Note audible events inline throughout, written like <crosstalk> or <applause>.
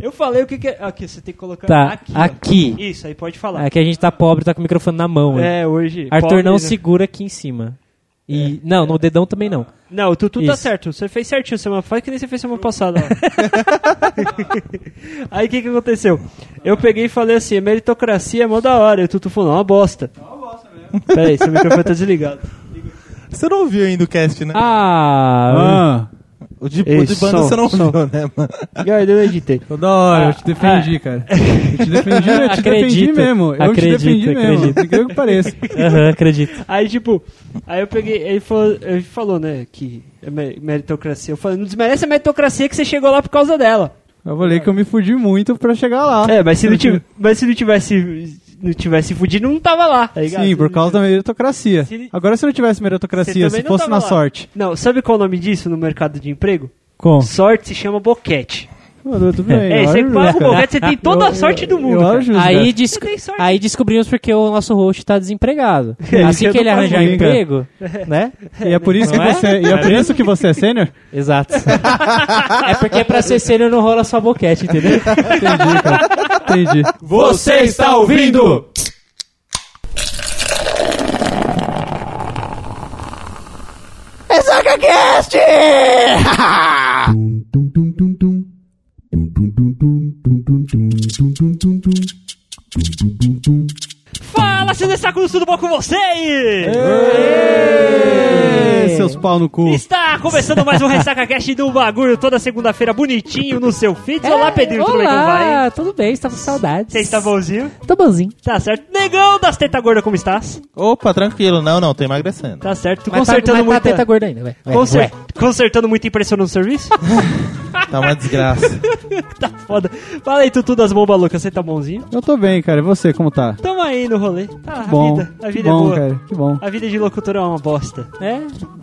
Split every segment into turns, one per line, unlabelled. Eu falei o que, que é. Aqui, você tem que colocar
Tá,
aqui. ó.
aqui.
Isso, aí pode falar.
É que a gente tá pobre, tá com o microfone na mão. né?
É, hoje.
Arthur
pobre,
não
né? É.
segura aqui em cima. E não, no dedão também não.
Não, tu, tu tá
Isso.
certo. Você fez certinho semana. Faz que nem você fez semana passada. ó.
<laughs>
Aí o que, que aconteceu? Eu peguei e falei assim: meritocracia é mó da hora. E o Tutu falou: "Não, é uma bosta. É uma bosta mesmo. Peraí, seu microfone tá desligado.
Você não ouviu ainda o cast, né?
Ah,
Ah,
o de,
Ei,
o de banda
som,
você não
som.
ouviu, né, mano?
E aí, eu editei.
tô da hora, eu te defendi, cara. Eu te defendi, eu te defendi
Acredito,
mesmo. Eu
acredito,
te defendi mesmo.
acredito.
Incrível que pareça.
aham, acredito.
Aí, tipo, aí eu peguei, ele falou, ele falou né, que é me- meritocracia. Eu falei, não desmerece a meritocracia que você chegou lá por causa dela.
Eu falei que eu me fudi muito pra chegar lá.
é, mas se não, tiv- mas se não tivesse não tivesse fudido, não tava lá, tá ligado?
Sim, por causa da meritocracia.
Se ele-
Agora se não tivesse
Você
meritocracia,
também
se
não
fosse
tava
na
lá.
sorte.
Não, sabe qual é o nome disso no mercado de emprego?
Com.
Sorte se chama boquete.
Mano, tudo bem.
É,
eu
você
acho
paga o
justo, cara.
boquete, você tem toda a
Eu-
sorte do
eu-
mundo.
Eu
cara.
acho justo, cara.
Aí,
Você
desco-
tem sorte.
aí descobrimos porque o nosso host tá desempregado.
É, isso
assim
eu
que <laughs>
tô
ele
falando,
arranjar
hein, cara.
<laughs> emprego, né?
E é por isso que
Não é?
você, e é por isso que você é sênior?
Exato. é porque pra ser sênior não rola só boquete, entendeu?
Entendi, cara. Entendi.
<laughs> Você está ouvindo?
Fala, seus destacos, tudo bom com vocês?
É,
Ê, seus pau no cu.
Está começando mais um Ressaca Cast do Bagulho, toda segunda-feira, bonitinho no seu feed. É. Olá,
É,
Pedrinho, tudo bem? Como vai?
Olá, tudo bem, estava com saudades.
Você está bonzinho?
Tô bonzinho.
Tá certo. Negão das teta gorda, como estás?
Opa, tranquilo. Não, não, tô emagrecendo.
Tá certo.
Mas tá-
consertando
mas
muita...
tá teta gorda ainda, vai. Vai,
Conser-
vai.
É,
Consertando muita impressão no serviço?
Tá uma desgraça.
<laughs> tá foda. Fala aí, Tutu das bombas loucas, você tá bonzinho?
Eu tô bem, cara. E você, como tá?
Tamo aí no rolê. Tá,
Bom.
a vida, a
que
vida
bom,
é boa.
cara. Que bom.
A vida de locutor é uma bosta.
É?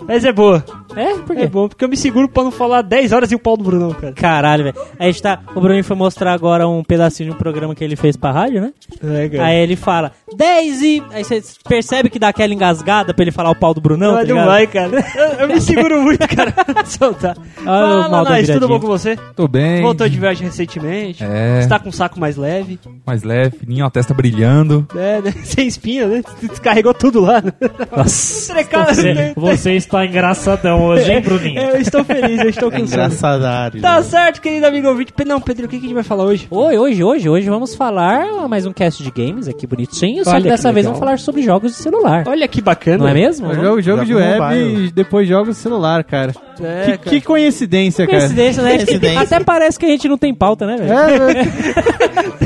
Mas é boa.
É? Por quê?
É boa, porque eu me seguro pra não falar 10 horas e o pau do Brunão, cara.
Caralho, velho. A gente tá. O Bruno foi mostrar agora um pedacinho de um programa que ele fez pra rádio, né?
É,
Aí ele fala 10 e. Aí você percebe que dá aquela engasgada pra ele falar o pau do Brunão,
Não,
tá
não,
ligado?
vai, cara. Eu, eu me seguro muito,
<laughs>
cara. <laughs> pra Soltar.
Olha o mal da
Nais, tudo bom
viradinha.
com você?
Tô bem.
Voltou de viagem recentemente.
É.
Está com um saco mais leve.
Mais leve, fininho, a testa brilhando.
É, né? <laughs> Sem espinha, né? Descarregou tudo lá. né?
Nossa.
Trecado, né?
Você está engraçadão hoje, hein, Bruninho?
É, Eu estou feliz, eu
<laughs>
estou
É
cansado.
engraçadário.
Tá certo, querido amigo ouvinte. Pe- Não, Pedro, o que que a gente vai falar hoje?
Oi, hoje, hoje, hoje vamos falar mais um cast de games aqui bonitinho, só
Olha
que dessa
que
vez
legal.
vamos falar sobre jogos de celular.
Olha que bacana.
Não é mesmo?
Eu jogo, jogo de
Jogo
web
mobile.
e depois jogo celular, cara.
É,
que, que coincidência, cara.
<laughs>
Coincidência, né?
Coincidência.
Até parece que a gente não tem pauta, né, velho?
É, é,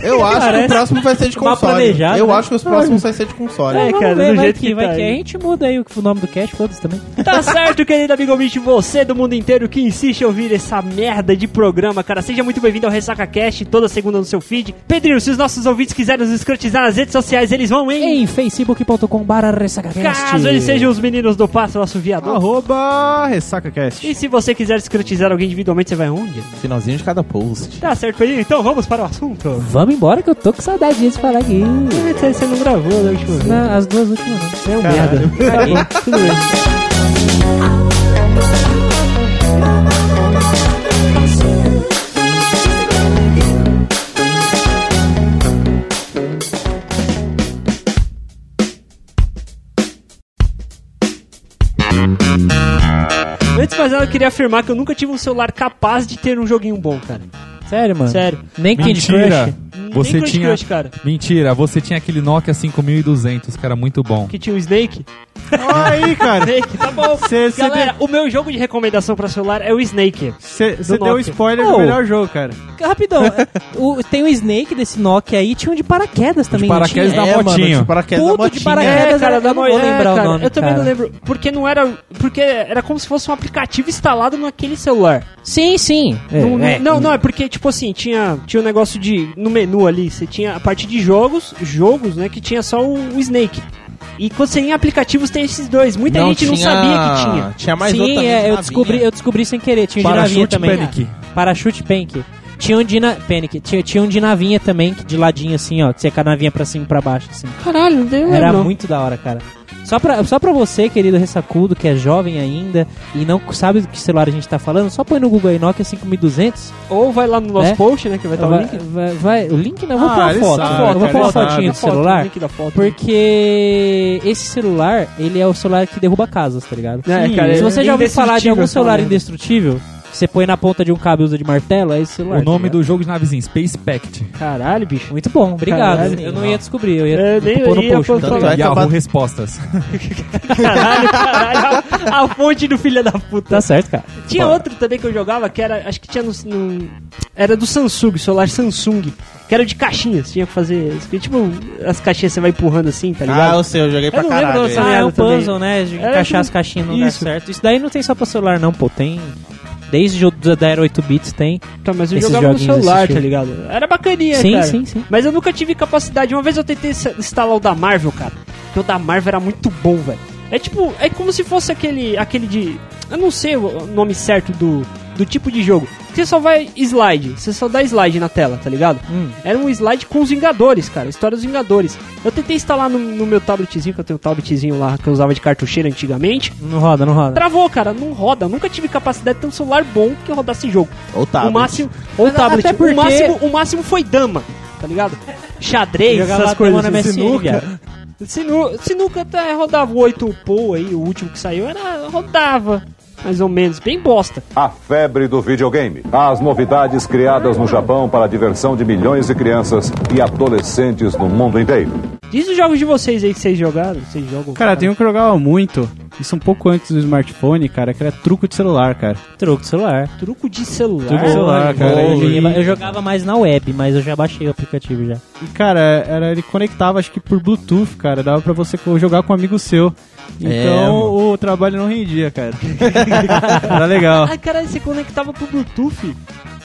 Eu acho que o próximo vai ser de
Mal
console.
planejado,
Eu
né?
acho que os próximos vai ser de console.
É,
Então, Vamos
cara,
ver,
do
vai
jeito
que,
que
vai
tá
que é.
aí.
a gente muda aí o o nome do cast, foda-se também.
Tá certo, querido amigo ouvinte, você do mundo inteiro que insiste em ouvir essa merda de programa, cara. Seja muito bem-vindo ao Ressaca Cast, toda segunda no seu feed. Pedrinho, se os nossos ouvintes quiserem nos escrotizar nas redes sociais, eles vão, hein?
Em facebook.com ressacacast.
Caso eles sejam os meninos do passo, nosso viador.
arroba RessacaCast.
E se você quiser escrotizar alguém individualmente, você vai onde?
Finalzinho de cada post.
Tá certo, Pedrinho? Então vamos para o assunto.
Vamos embora que eu tô com saudade de falar aqui.
Você não gravou, né, última vez?
Na- as duas últimas. não.
É um merda. Tá bom, tudo bem. Antes de mais nada, eu queria afirmar que eu nunca tive um celular capaz de ter um joguinho bom, cara.
Sério, mano?
Sério.
Nem Candy
Mentira.
Crush.
Você
Nem Candy
tinha.
Crush, cara.
Mentira, você tinha aquele Nokia 5200, que era muito bom.
Que tinha o Snake.
Olha aí, cara.
Snake, tá
<laughs>
bom.
Você você de-
Galera, o meu jogo de recomendação pra celular é o Snake.
você- você
do
deu
Nokia.
spoiler
Oh.
do melhor jogo, cara.
Rapidão, é, o- tem o Snake desse Nokia aí, tinha um de paraquedas também. não
paraquedas
tinha?
da
é,
motinha.
mano, de paraquedas da
Puto de
motinha.
paraquedas. É, cara, eu não vou
é,
lembrar o
cara,
nome,
Eu também não
cara.
lembro. Porque não era. Porque era como se fosse um aplicativo instalado naquele celular.
Sim, sim. É,
não,
é.
não, não, é porque, tipo assim, tinha, tinha um negócio de. No menu ali, você tinha a parte de jogos, jogos, né? Que tinha só o, o Snake. E quando você ia em aplicativos, tem esses dois. Muita gente não sabia que tinha.
Tinha mais outra
sim, é, eu
navinha.
descobri, eu descobri sem querer. Tinha um de navinha
Parachute
também.
Panic.
Parachute Panic. Tinha um de na... Panic. Tinha, tinha um de navinha também, que de ladinho assim, ó. Que você com a navinha pra cima e pra baixo, assim.
Caralho, não deu
Era muito da hora, cara. Só pra, só pra você, querido ressacudo, que é jovem ainda e não sabe do que celular a gente tá falando, só põe no Google aí Nokia 5200.
Ou vai lá no nosso
É?
post, né? Que vai estar o
vai,
link.
vai, vai- o link não, eu vou
Ah,
pôr a
ele
foto.
sabe,
eu vou
cara,
pôr
ele
a fotinha
A foto,
do
o
celular.
link da foto.
Porque esse celular, ele é o celular que derruba casas, tá ligado?
É,
Sim.
cara,
Se você
é
já ouviu falar
indestrutível
de
né?
algum
essa
celular
merda.
indestrutível, que você põe na ponta de um cabo e usa de martelo, é esse celular.
O nome
tá ligado?
do jogo de navezinha, Space Pact.
Caralho, bicho.
Muito bom, obrigado. assim,
Caralho.
eu não ia descobrir, eu ia
É, nem
pôr no
eu ia
post. é
postar
Tanto
lá.
Vai
Yahoo
acabar-
Respostas.
Caralho, caralho. A, a fonte do filho da puta.
Tá certo, cara.
Tinha outro também que eu jogava que era. Acho que tinha no. no- era do Samsung, celular Samsung. Que era de caixinhas. Tinha que fazer. Tipo, as caixinhas você vai empurrando assim, tá
Ah,
ligado?
eu sei, eu joguei pra
não lembro
caralho.
dessa
hein?
Ah, é
merda
um
também.
puzzle, né? De
Era
encaixar
tudo-
as caixinhas no lugar
Isso.
certo. Isso daí não tem só pra celular, não, pô. Tem. Desde o da da Era 8 bits tem.
Tá, mas eu
Esses
jogava no
joguinhos desse
celular,
estilo.
tá ligado? Era bacaninha,
sim,
cara.
sim, sim.
Mas eu nunca tive capacidade. Uma vez eu tentei se- instalar o da Marvel, cara. Porque o da Marvel era muito bom, velho. É tipo, é como se fosse aquele, aquele de. Eu não sei o nome certo do, do tipo de jogo. Você só vai slide, você só dá slide na tela, tá ligado?
Hum.
Era um slide com os Vingadores, cara, história dos Vingadores. Eu tentei instalar no, no meu tabletzinho, que eu tenho um tabletzinho lá que eu usava de cartucheira antigamente.
Não roda, não roda.
Travou, cara, não roda. Eu nunca tive capacidade de ter um celular bom que rodasse jogo.
Ou tá.
O máximo. Ou
Mas
tablet.
até porque-
O, máximo, o máximo foi dama, tá ligado? Xadrez,
Jogava
essas
lá
coisas.
na
assim.
MSN,
sinuca.
viado.
Sinu, sinuca até rodava o 8 Pool aí, o último que saiu, era rodava. Mais ou menos, bem bosta.
A febre do videogame. As novidades criadas no Japão para a diversão de milhões de crianças e adolescentes no mundo inteiro.
Diz os jogos de vocês aí que vocês jogaram. Vocês jogam.
Cara, tem um que eu jogava muito. Isso um pouco antes do smartphone, cara, que era truco de celular, cara.
Truco de celular.
truco de celular.
Truco de celular, cara.
Eu,
E-
joguei- eu jogava mais na web, mas eu já baixei o aplicativo já.
E, cara, era, ele conectava, acho que por Bluetooth, cara. Dava pra você co- jogar com um amigo seu. Então
mano.
o trabalho não rendia, cara. <laughs> era legal.
Ai, caralho, você conectava pro Bluetooth?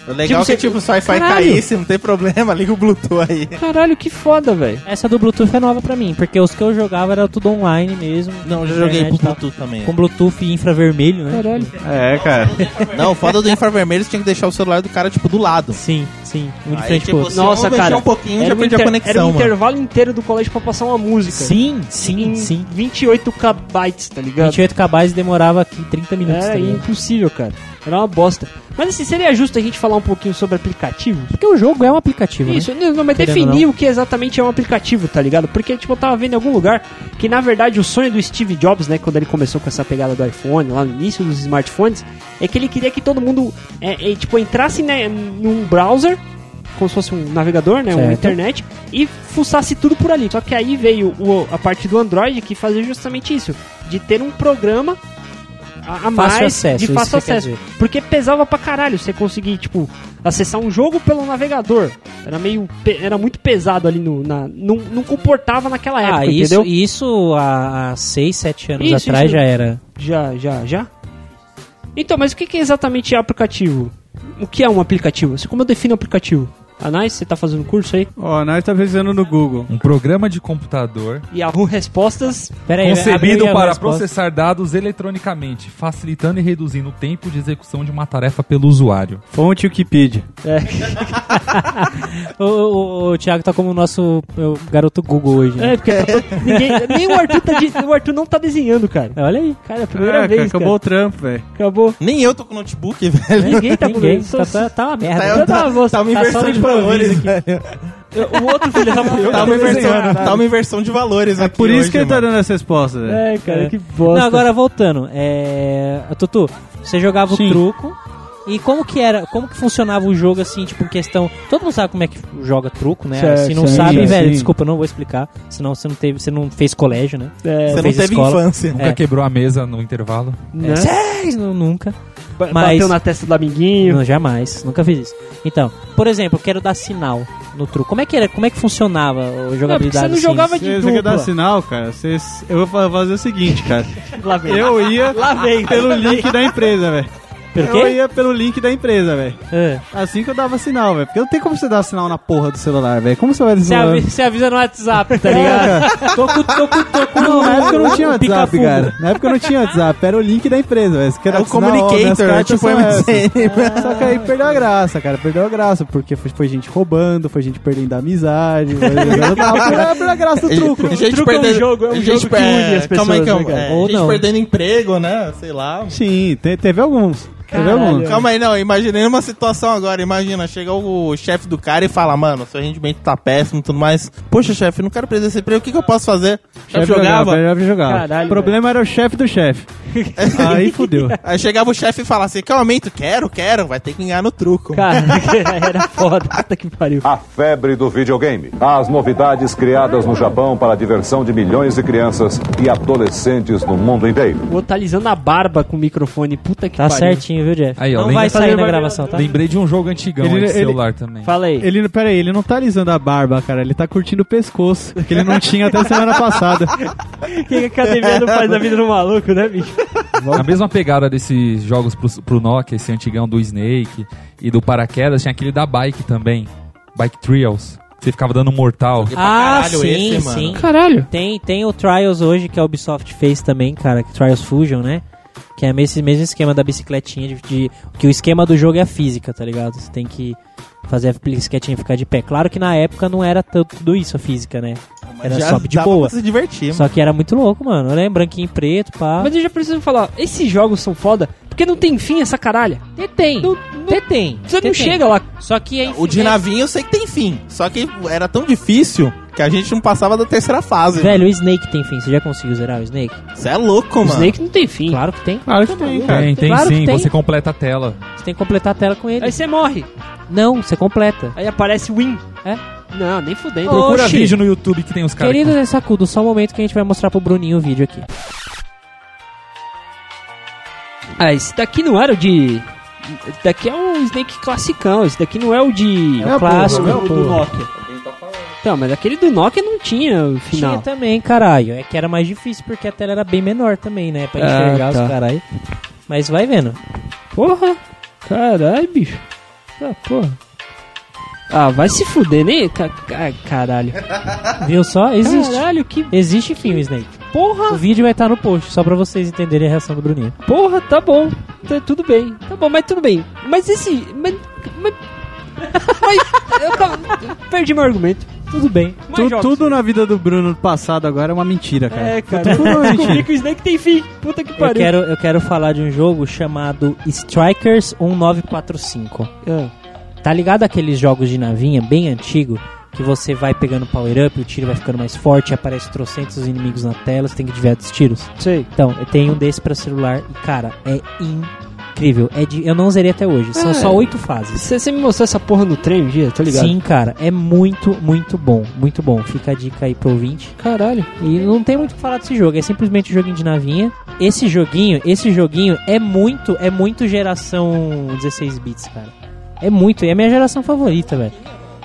O legal
Tipo,
é
você-
que tipo, se o Wi-Fi
Caralho.
caísse, não tem problema, <laughs> liga o Bluetooth aí.
Caralho, que foda, velho.
Essa do Bluetooth é nova pra mim, porque os que eu jogava era tudo online mesmo.
Não, eu já
internet
joguei pro
e tal.
Bluetooth também.
Com Bluetooth e infravermelho, né?
Caralho.
É, cara.
Não, foda do infravermelho, você tinha que deixar o celular do cara, tipo, do lado.
Sim, sim. Um de
Aí,
frente pro
tipo,
outro.
se
Nossa,
eu mexer
cara,
um pouquinho,
Era
já
um
perdi a
inter- Era um
conexão, mano.
intervalo inteiro do colégio pra passar uma música.
Sim, sim,
Em
sim.
28 KB, tá ligado?
28 KB demorava aqui 30 minutos.
É
tá ligado?
impossível, cara. Era uma bosta. Mas assim, seria justo a gente falar um pouquinho sobre aplicativos?
Porque o jogo é um aplicativo, né?
Isso, não, não, mas
Querendo
definir o que exatamente é um aplicativo, tá ligado? Porque, tipo, eu tava vendo em algum lugar que, na verdade, o sonho do Steve Jobs, né, quando ele começou com essa pegada do iPhone, lá no início dos smartphones, é que ele queria que todo mundo, é, é, tipo, entrasse né, num browser, como se fosse um navegador, né, uma
Certo.
internet, e fuçasse tudo por ali. Só que aí veio o- a parte do Android que fazia justamente isso, de ter um programa a, a mais
Fácil acesso,
de
isso
fácil
que quer
acesso.
dizer.
Porque pesava pra caralho você conseguir, tipo, acessar um jogo pelo navegador. Era meio. pe- Era muito pesado ali no. na- não, não comportava naquela época,
Ah,
É, entendeu?
isso, isso há 6, 7 anos
Isso,
atrás
isso.
já era.
Já, já, já. Então, mas o que que é exatamente aplicativo? O que é um aplicativo? Assim, Como eu defino aplicativo? Anais, você tá fazendo curso aí?
Ó, nós tá pesquisando no Google.
Um programa de computador
Yahoo Respostas.
Pera aí, abriu
concebido
aí a
para
resposta.
processar dados eletronicamente, facilitando e reduzindo o tempo de execução de uma tarefa pelo usuário.
Fonte Wikipedia.
O, o- o Thiago tá como o nosso meu garoto Google hoje. né?
É, porque tá
<laughs>
todo- ninguém, nem o Arthur, tá de- o Arthur não tá desenhando, cara.
Olha aí.
Cara, é a primeira
Caraca,
vez.
acabou
Acabou.
o trampo, velho.
Cara. acabou.
Nem eu tô com notebook, <laughs> velho.
Ninguém tá com
Ninguém.
só-
Tá, tá, tá uma merda.
Tá,
Tá-
tá uma bosta.
tá uma
Tá
inversão
só
de
improviso
valores, velho.
O outro filho da puta.
Tá uma inversão,
desenhando,
tá uma inversão de valores aqui
Por isso
hoje,
que ele tá
mano.
dando essa resposta, velho.
É, cara,
né?
que bosta.
Não, agora voltando. É... Tutu, você jogava
Sim.
o truco. E como que era, como que funcionava o jogo assim, tipo, em questão. Todo mundo sabe como é que joga truco, né?
Certo,
Se não
sim,
sabe,
sim.
velho, desculpa, eu não vou explicar. Senão você não teve, você não fez colégio, né?
É,
Você não
fez
teve
escola.
infância.
Nunca
É.
quebrou a mesa no intervalo.
né?
Sério? Não, Nunca.
Ba-
Mas-
Bateu na testa do amiguinho.
Não, jamais, nunca fiz isso. Então, por exemplo, eu quero dar sinal no truco. Como é que era? Como é que funcionava a jogabilidade?
você não
assim?
jogava de-
Você você quer
dupla.
dar sinal, cara? Vocês- eu vou fa- fazer o seguinte, cara.
Lá vem.
Eu ia
Lá vem.
pelo link da empresa, velho.
Pelo
Eu
quê?
ia pelo link da empresa, velho.
Ah.
Assim que eu dava sinal, velho. Porque não tem como você dar sinal na porra do celular, velho. Como você vai
Você
desmolar?
avisa, você avisa no WhatsApp, tá ligado? <laughs> tô com, tô com, tô com
Não, na época eu não tinha
um
WhatsApp,
pica-fumo.
cara. Na época eu não tinha WhatsApp, era o link da empresa, velho. Você quer
É
dar
o
sinal, ó, minhas
Communicator, é
cartas
tipo
são essas.
MSN.
Só que aí perdeu a graça, cara. Perdeu a graça, porque foi, foi gente roubando, foi gente perdendo a amizade. foi- Perdeu perdeu a graça do truco.
Truco é um jogo, é um jogo que une as
Calma aí,
pessoas,
calma.
né, cara?
é,
Ou
gente
não.
perdendo emprego, né? Sei lá.
Sim, te- teve alguns. Teve
Caralho.
alguns.
Calma aí, não. Imaginei uma situação agora. Imagina, chega o chefe do cara e fala, mano, seu rendimento tá péssimo e tudo mais. Poxa, chefe, não quero perder esse emprego. O que, que eu posso fazer? O
É
chefe jogava.
Chefe jogava.
Caralho,
o problema era o chefe do chefe. aí fudeu.
Aí chegava o chefe e falava assim, calma aí, tu quero, quero. Vai ter que ganhar no
<laughs>
truco.
Cara, era foda. Puta que pariu.
A febre do videogame. As novidades criadas no Japão para a diversão de milhões de crianças e adolescentes no mundo inteiro.
O Otalizando tá a barba com o microfone. Puta que
Tá
pariu.
certinho, viu, Jeff?
Aí, ó,
não
lembra-
vai sair
Fazer
na
uma-
gravação, tá?
Lembrei de um jogo antigão
Ele-
aí de
ele-
celular também.
Fala aí.
Ele, pera aí, ele não tá alisando a barba, cara. Ele tá curtindo o pescoço, que ele não tinha até semana passada.
O <laughs> que a academia não faz da vida do maluco, né, bicho?
A mesma pegada desses jogos pro, pro Nokia, esse antigão do Snake e do Paraquedas, tinha aquele da Bike também. Bike Trials. Você ficava dando mortal.
pra
Ah,
caralho
sim,
esse, mano.
sim. Caralho. Tem, tem o Trials hoje que a Ubisoft fez também, cara. que Trials Fusion, né? Que é esse mesmo esquema da bicicletinha, de, de- que o esquema do jogo é a física, tá ligado? Você tem que fazer a bicicletinha ficar de pé. Claro que na época não era tanto tudo isso a física, né? Era
Já
só de
dava
boa.
pra se divertir, mano.
Só que era muito louco, mano. Olha, branquinho e preto, pá.
Mas eu já preciso falar, esses jogos são foda porque não tem fim essa caralha.
Mas tem.
Não-
Tem, tem.
Você
Tem,
não
tem.
chega lá.
Só que é
O de navinho eu sei que tem fim. Só que era tão difícil que a gente não passava da terceira fase.
Velho, o Snake tem fim. Você já conseguiu zerar o Snake?
Você é louco, mano.
Snake não tem fim.
Claro que tem.
Claro que tem, cara.
Tem, tem
Claro que
sim,
tem.
você completa a tela.
Você tem que completar a tela com ele.
Aí você morre.
Não, você completa.
Aí aparece Win.
É?
Não, nem fudendo.
Procura vídeo no YouTube que tem os caras.
Querido Sacudo, só um momento que a gente vai mostrar pro Bruninho o vídeo aqui.
Ah, esse daqui não era o de... Esse daqui é um Snake classicão. Esse daqui não é o de...
É o clássico.
o do Nokia. Então, mas aquele do Nokia não tinha o
Tinha
final.
também, caralho. É que era mais difícil porque a tela era bem menor também, né? Pra
Ah,
enxergar
tá.
os caralho. Mas vai vendo.
Porra. Caralho, bicho. Ah, porra. Ah, vai se fuder, né? Ca- ca- Caralho.
Viu só? Existe.
Caralho, que Ah.
Existe fim o Snake. O
porra.
vídeo vai estar no post, só pra vocês entenderem a reação do Bruninho.
Porra, tá bom. Tá, tudo bem. Tá bom, mas tudo bem. Mas esse... Mas... mas... mas eu tava- perdi meu argumento.
Tudo bem.
Mais
Tu-
jogos.
tudo na vida do Bruno passado agora é uma mentira, cara.
É, cara.
Tudo é uma
Descobri
mentira.
que o Snake tem fim. Puta que
Eu
pariu.
quero, eu quero falar de um jogo chamado Strikers 1945.
Ah,
Tá ligado aqueles jogos de navinha bem antigo? Que você vai pegando power up, o tiro vai ficando mais forte, aparece trocentos inimigos na tela, você tem que desviar dos tiros.
Sei.
Então, eu tenho um desse pra celular e, cara, é incrível. É de, eu não zerei até hoje, são
É.
só oito fases.
Você me mostrou essa porra no trem um dia, tô ligado?
Sim, cara, é muito, muito bom. Muito bom. Fica a dica aí pro ouvinte.
Caralho.
E não tem muito o que falar desse jogo, é simplesmente um joguinho de navinha. Esse joguinho, esse joguinho é muito, é muito geração 16 bits, cara. É muito, e é a minha geração favorita, velho.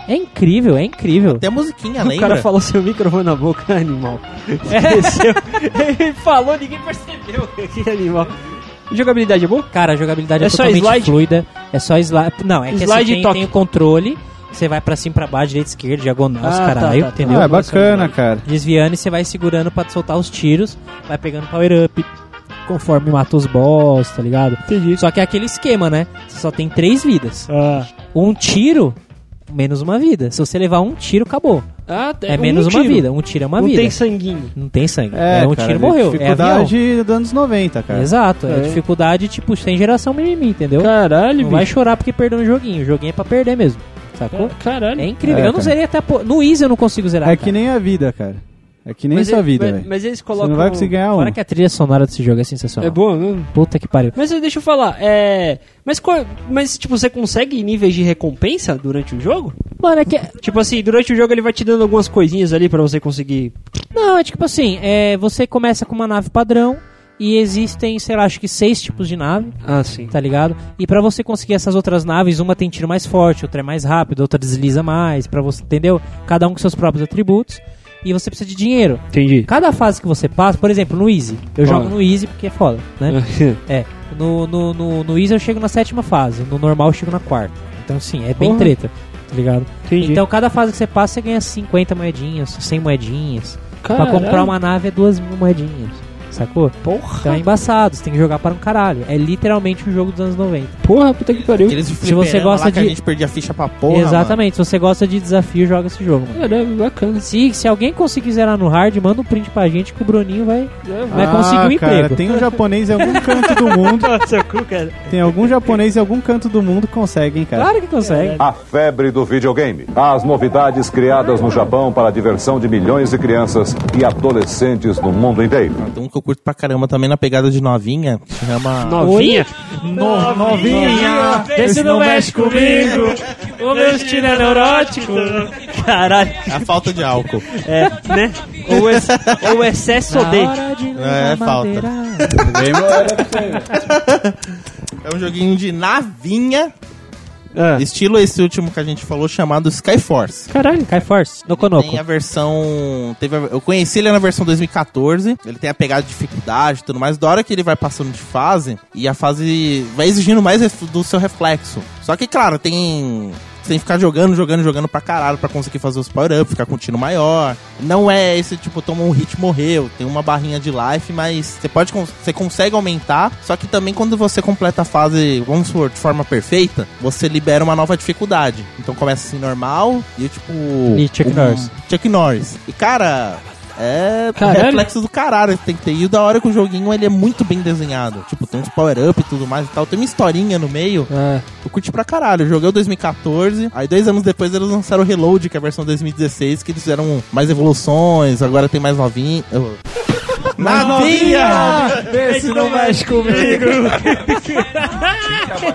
É incrível, é incrível.
Tem a musiquinha,
O
lembra?
cara falou seu microfone na boca, <laughs> animal. Esqueceu. <laughs> Ele falou, ninguém percebeu. Que animal. Jogabilidade é boa?
Cara, a jogabilidade é,
É só
totalmente
slide?
fluida, é só slide. Não, é que
Slide
você
e
tem,
toque.
tem o controle, você vai pra cima, pra baixo, direita, esquerda, diagonal, os
Ah, tá,
caralho,
tá, tá.
entendeu?
Ah, é bacana, cara.
Desviando e você vai segurando pra soltar os tiros, vai pegando power up conforme mata os boss, tá ligado?
Entendi.
Só que é aquele esquema, né? Você só tem três vidas.
Ah.
Um tiro, menos uma vida. Se você levar um tiro, acabou.
Ah,
É, menos
um
uma
tiro.
vida. Um tiro é uma
não
vida.
tem sanguinho.
Não tem sangue.
É,
É, um
cara,
tiro morreu. É avião.
Dificuldade dos anos 90, cara.
Exato. É,
É.
dificuldade, tipo, sem geração mimimi, entendeu?
Caralho,
não vai chorar porque perdeu um joguinho. O joguinho é pra perder mesmo. Sacou?
Caralho.
É incrível.
É,
eu não
cara.
zerei até... po- No Easy eu não consigo zerar,
É
cara.
que nem a vida, cara. É que nem
mas
sua
ele-
vida,
mas-
velho.
Mas eles
Você
colocam...
não vai conseguir ganhar então. um.
Fora que a trilha sonora desse jogo é sensacional.
É boa mesmo?
Puta que pariu.
Mas eh, deixa eu falar, é... Mas, qual- mas tipo, você consegue níveis de recompensa durante o jogo?
Mano, é que...
Tipo assim, durante o jogo ele vai te dando algumas coisinhas ali pra você conseguir.
Não, é tipo assim, é, você começa com uma nave padrão e existem, sei lá, acho que seis tipos de nave,
Ah, sim.
tá ligado? E pra você conseguir essas outras naves, uma tem tiro mais forte, outra é mais rápida, outra desliza mais, para você, entendeu? Cada um com seus próprios atributos. e você precisa de dinheiro.
Entendi.
Cada fase que você passa, por exemplo, no Easy. Eu jogo no Easy porque é foda, né? É. No, no, no, no Easy eu chego na sétima fase, no normal eu chego na quarta. Então, sim, é bem
Porra.
treta, tá ligado?
Entendi.
Então, cada fase que você passa, você ganha 50 moedinhas, 100 moedinhas.
Caralho.
Pra comprar uma nave é duas mil moedinhas, sacou?
Porra,
Então é embaçado, você tem que jogar para um caralho. É literalmente um jogo dos anos 90.
porra, puta que pariu.
Aqueles
Se você
fliperama
gosta
lá que
de-
a gente perdia a ficha pra porra.
Exatamente, se você gosta de desafio, joga esse jogo, mano.
Caramba, bacana.
Se, se alguém conseguir zerar no hard, manda um print pra gente que o Bruninho vai, vai conseguir um
Ah, cara,
emprego.
Tem um japonês em algum canto do mundo.
seu cu, cara.
Tem algum japonês em algum canto do mundo que consegue, hein, cara.
Claro que consegue.
A febre do videogame. As novidades criadas no Japão para a diversão de milhões de crianças e adolescentes no mundo inteiro.
Mano. Tem um que eu curto pra caramba também na pegada de novinha, que se chama...
Novinha?
No-
Novinha!
Esse não mexe comigo, o meu estilo é neurótico.
Caralho,
A falta de álcool.
é, né? Ou, ex- <laughs> ou é excesso
Na
de.
hora de
É,
usar
falta.
madeira.
<laughs> É um joguinho de navinha,
Ah.
estilo esse último que a gente falou, chamado Skyforce.
Caralho, Kai Force, no Konoco.
Tem a versão. Teve a- eu conheci ele na versão 2014. Ele tem a pegada de dificuldade e tudo mais. Da hora que ele vai passando de fase, e a fase vai exigindo mais ref- do seu reflexo. Só que, claro, tem. Você tem que ficar jogando, jogando, jogando pra caralho pra conseguir fazer os power-ups, ficar com um tiro maior. Não é esse tipo, toma um hit, morreu. Tem uma barrinha de life, mas você pode. cons- Você consegue aumentar. Só que também quando você completa a fase, vamos supor, de forma perfeita, você libera uma nova dificuldade. Então começa assim normal e tipo.
E Chuck Norris.
Chuck Norris. E, cara, é
Caralho.
reflexo do caralho que tem que ter. E o da hora é que o joguinho ele é muito bem desenhado. Tipo, tem uns power-up e tudo mais e tal. Tem uma historinha no meio.
Ah.
Eu curti pra caralho. Eu joguei o 2014. Aí, dois anos depois, eles lançaram o Reload, que é a versão 2016, que eles fizeram um, mais evoluções. Agora tem mais novinha. Eu- Novinha!
Esse é não mexe comigo!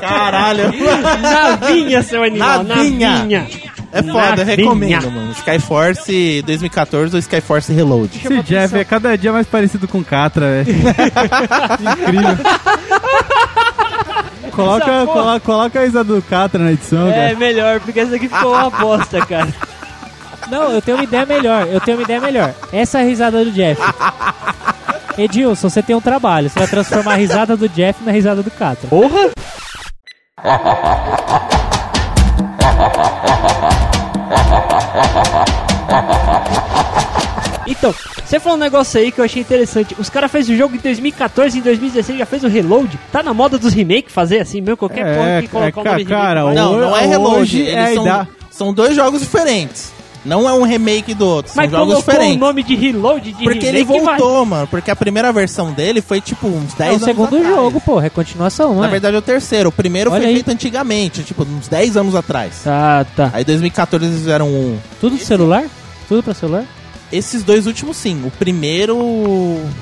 Caralho!
Navinha, seu animal!
Navinha.
Navinha!
É foda, eu
Novinha.
recomendo, mano. Skyforce 2014 ou Skyforce Reload.
Esse Jeff é cada dia mais parecido com o Catra, velho. <laughs> Incrível. Coloca, coloca, coloca a Isa do Catra na edição,
É
cara.
melhor, porque essa aqui ficou uma aposta, cara.
<laughs> Não, eu tenho uma ideia melhor. Eu tenho uma ideia melhor. Essa é a risada do
<laughs>
Jeff. Edilson, você tem um trabalho. Você vai transformar a risada do Jeff na risada do Catra. É
Então, você falou um negócio aí que eu achei interessante. Os caras fez o jogo em 2014, em 2016 já fez o reload. Tá na moda dos remakes fazer assim mesmo? Qualquer porra que colocar o nome de
É, cara,
remake.
Não, não é Reload.
Hoje
eles
é a
são,
idade.
são dois jogos diferentes. Não é um remake do outro,
Mas
são jogos
colocou o
diferentes.
Um nome de reload de
Porque ele
remake, vai-
voltou, mano. Porque a primeira versão dele foi tipo uns 10
É o
anos
segundo
atrás.
jogo, pô. É continuação,
Na
né?
verdade é o terceiro. O primeiro
Olha
foi
aí.
feito antigamente, tipo uns 10 anos atrás.
Ah, tá.
Aí em 2014 eles fizeram um.
Tudo de celular? Tudo pra celular?
Esses dois últimos sim. O primeiro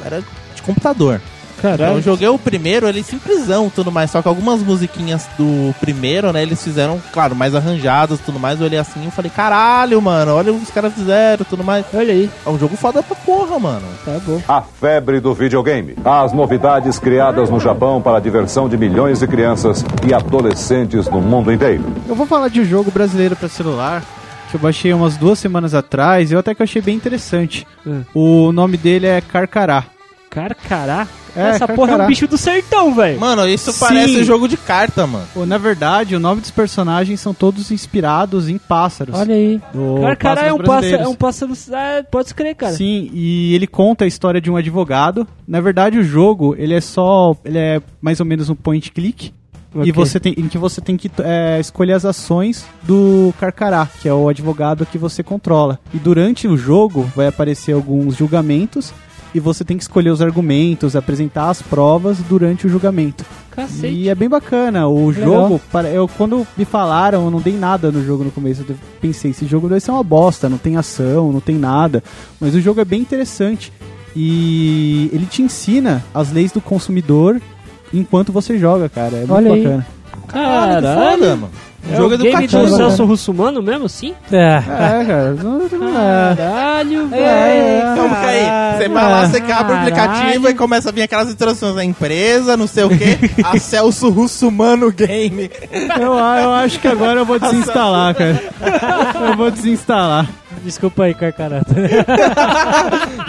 era de computador.
É.
Então, eu joguei o primeiro, ele simplesão tudo mais. Só que algumas musiquinhas do primeiro, né? Eles fizeram, claro, mais arranjadas tudo mais. Eu olhei assim e falei, caralho, mano, olha o que os caras fizeram tudo mais.
Olha aí,
É um jogo foda pra porra, mano.
tá bom.
A febre do videogame. As novidades criadas no Japão para a diversão de milhões de crianças e adolescentes no mundo inteiro.
Eu vou falar de um jogo brasileiro pra celular que eu baixei umas duas semanas atrás e eu até que achei bem interessante.
Hum.
O nome dele é Carcará.
Carcará?
É,
Essa porra é um
carcará.
bicho do sertão, velho.
Mano, isso
Sim.
parece um jogo de carta, mano.
Ou, Na verdade, o nome dos personagens são todos inspirados em pássaros.
Olha aí.
Do
Carcará é um, pássaro,
brasileiros.
é um pássaro. Ah, pode crer, cara.
Sim, e ele conta a história de um advogado. Na verdade, o jogo, ele é só. Ele é mais ou menos um point click. E
Ok.
você tem, em que você tem que é, escolher as ações do Carcará, que é o advogado que você controla. E durante o jogo vai aparecer alguns julgamentos e você tem que escolher os argumentos, apresentar as provas durante o julgamento.
Cacete.
E é bem bacana. O
Legal.
jogo, para, eu, quando me falaram, eu não dei nada no jogo no começo. Eu pensei, esse jogo deve ser uma bosta, não tem ação, não tem nada. Mas o jogo é bem interessante. E ele te ensina as leis do consumidor enquanto você joga, cara. É muito
Olha aí.
bacana.
Caralho, que foda, mano. Um
É
jogo
o game
educativo.
do
né?
Celso Russumano mesmo, assim? sim?
Ah,
<laughs> É, cara. não- não é.
Caralho,
é,
velho.
Calma aí. Você vai lá, você abre o aplicativo
Caralho.
e começa a vir aquelas instruções da empresa, não sei o quê. a Celso Russo Mano Game.
Eu, eu acho que agora eu vou desinstalar, cara. Eu vou desinstalar.
Desculpa aí, Carcarata. <laughs>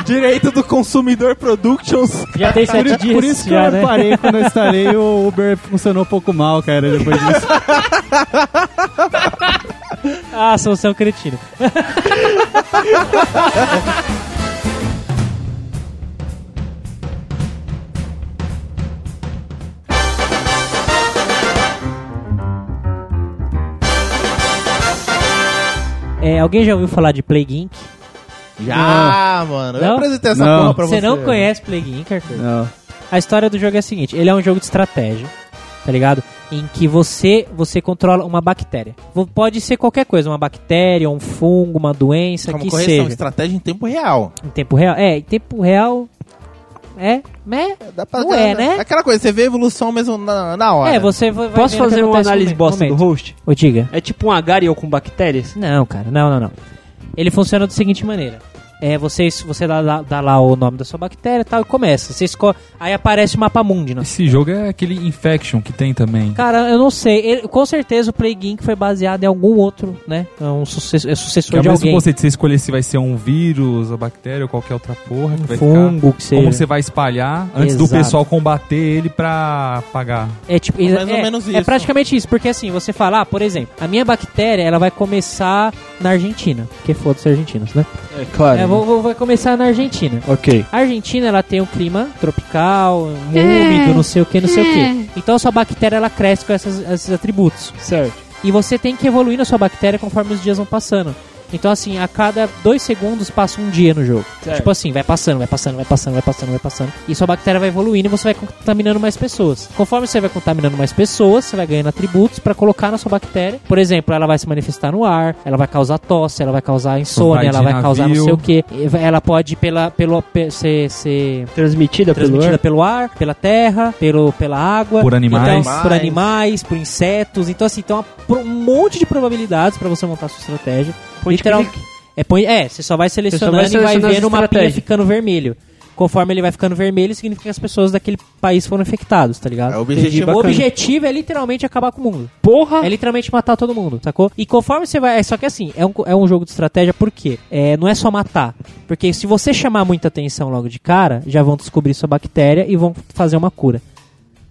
Direito do Consumidor Productions.
Já tem
Por,
sete dias.
por isso que
já,
eu
né?
parei quando eu instalei o Uber funcionou um pouco mal, cara, depois disso.
Ah, sou seu cretino. <laughs> É, alguém já ouviu falar de Plague Inc?
Já, mano. Eu
Não?
apresentei essa
Não.
porra pra você.
Você não conhece Plague Inc, Arthur?
Não.
A história do jogo é a seguinte: ele é um jogo de estratégia, tá ligado? Em que você você controla uma bactéria. Vo- Pode ser qualquer coisa, uma bactéria, um fungo, uma doença,
Calma,
que
É correção,
seja.
estratégia em tempo real.
Em tempo real? É, em tempo real. É, né?
Dá pra
Não é,
dá-
né?
Aquela coisa, você vê a evolução mesmo na, na hora.
É, você vai. vai
Posso
vendo o que
fazer uma
acontece no
análise
momento.
bosta do
Momento.
host?
Ô, diga.
É tipo um agário com bactérias?
Não, cara, não, não, não. Ele funciona da seguinte maneira. É, você, você dá, lá- dá lá o nome da sua bactéria e tal, e começa. Você escolhe. Aí aparece o mapa mundi, não
Esse jogo é aquele Infection que tem também.
Cara, eu não sei. Ele- com certeza o Plague Inc. foi baseado em algum outro, né? É um sucesso, é
Que
sucessor
é o
de
mesmo
alguém.
conceito, você escolher se vai ser um vírus, a bactéria ou qualquer outra porra que vai ficar.
fungo que seja.
Como você vai espalhar antes do
Exato.
pessoal combater ele pra pagar.
É tipo,
Mais
é,
ou menos
é
isso.
praticamente isso, porque assim, você fala, ah, por exemplo, a minha bactéria, ela vai começar na Argentina, porque foda-se argentinos, né?
É claro.
É, vou- vou- vai começar na Argentina.
Ok.
A Argentina, ela tem um clima tropical, úmido, não sei o que, não sei o que. Então a sua bactéria, ela cresce com essas- esses atributos.
Certo.
E você tem que evoluir na sua bactéria conforme os dias vão passando. Então, assim, a cada dois segundos passa um dia no jogo.
Certo.
Tipo assim, vai passando, vai passando, vai passando, vai passando, vai passando. E sua bactéria vai evoluindo e você vai contaminando mais pessoas. Conforme você vai contaminando mais pessoas, você vai ganhando atributos pra colocar na sua bactéria. Por exemplo, ela vai se manifestar no ar, ela vai causar tosse, ela vai causar insônia,
Vai de
ela vai causar não
navio.
sei o que. Ela pode pela, pelo, pe- ser, ser
Transmitida, pelo
transmitida
ar?
pelo ar, pela terra, pelo, pela água,
Por animais.
então, por animais, por insetos. Então assim, então há pro- um monte de probabilidades pra você montar a sua estratégia.
Point
Literal-
click.
é, põe- é, você só vai selecionando e vai
selecionando
vendo
as
o mapinha
estratégias.
ficando vermelho. Conforme ele vai ficando vermelho, significa que as pessoas daquele país foram infectadas, tá ligado?
É, o objetivo-
Entendi,
bacana.
o objetivo é literalmente acabar com o mundo.
Porra! Ah,
É literalmente matar todo mundo, sacou? E conforme você vai. é, Só que assim, é um, é um jogo de estratégia, por quê? É, não é só matar. Porque se você chamar muita atenção logo de cara, já vão descobrir sua bactéria e vão fazer uma cura.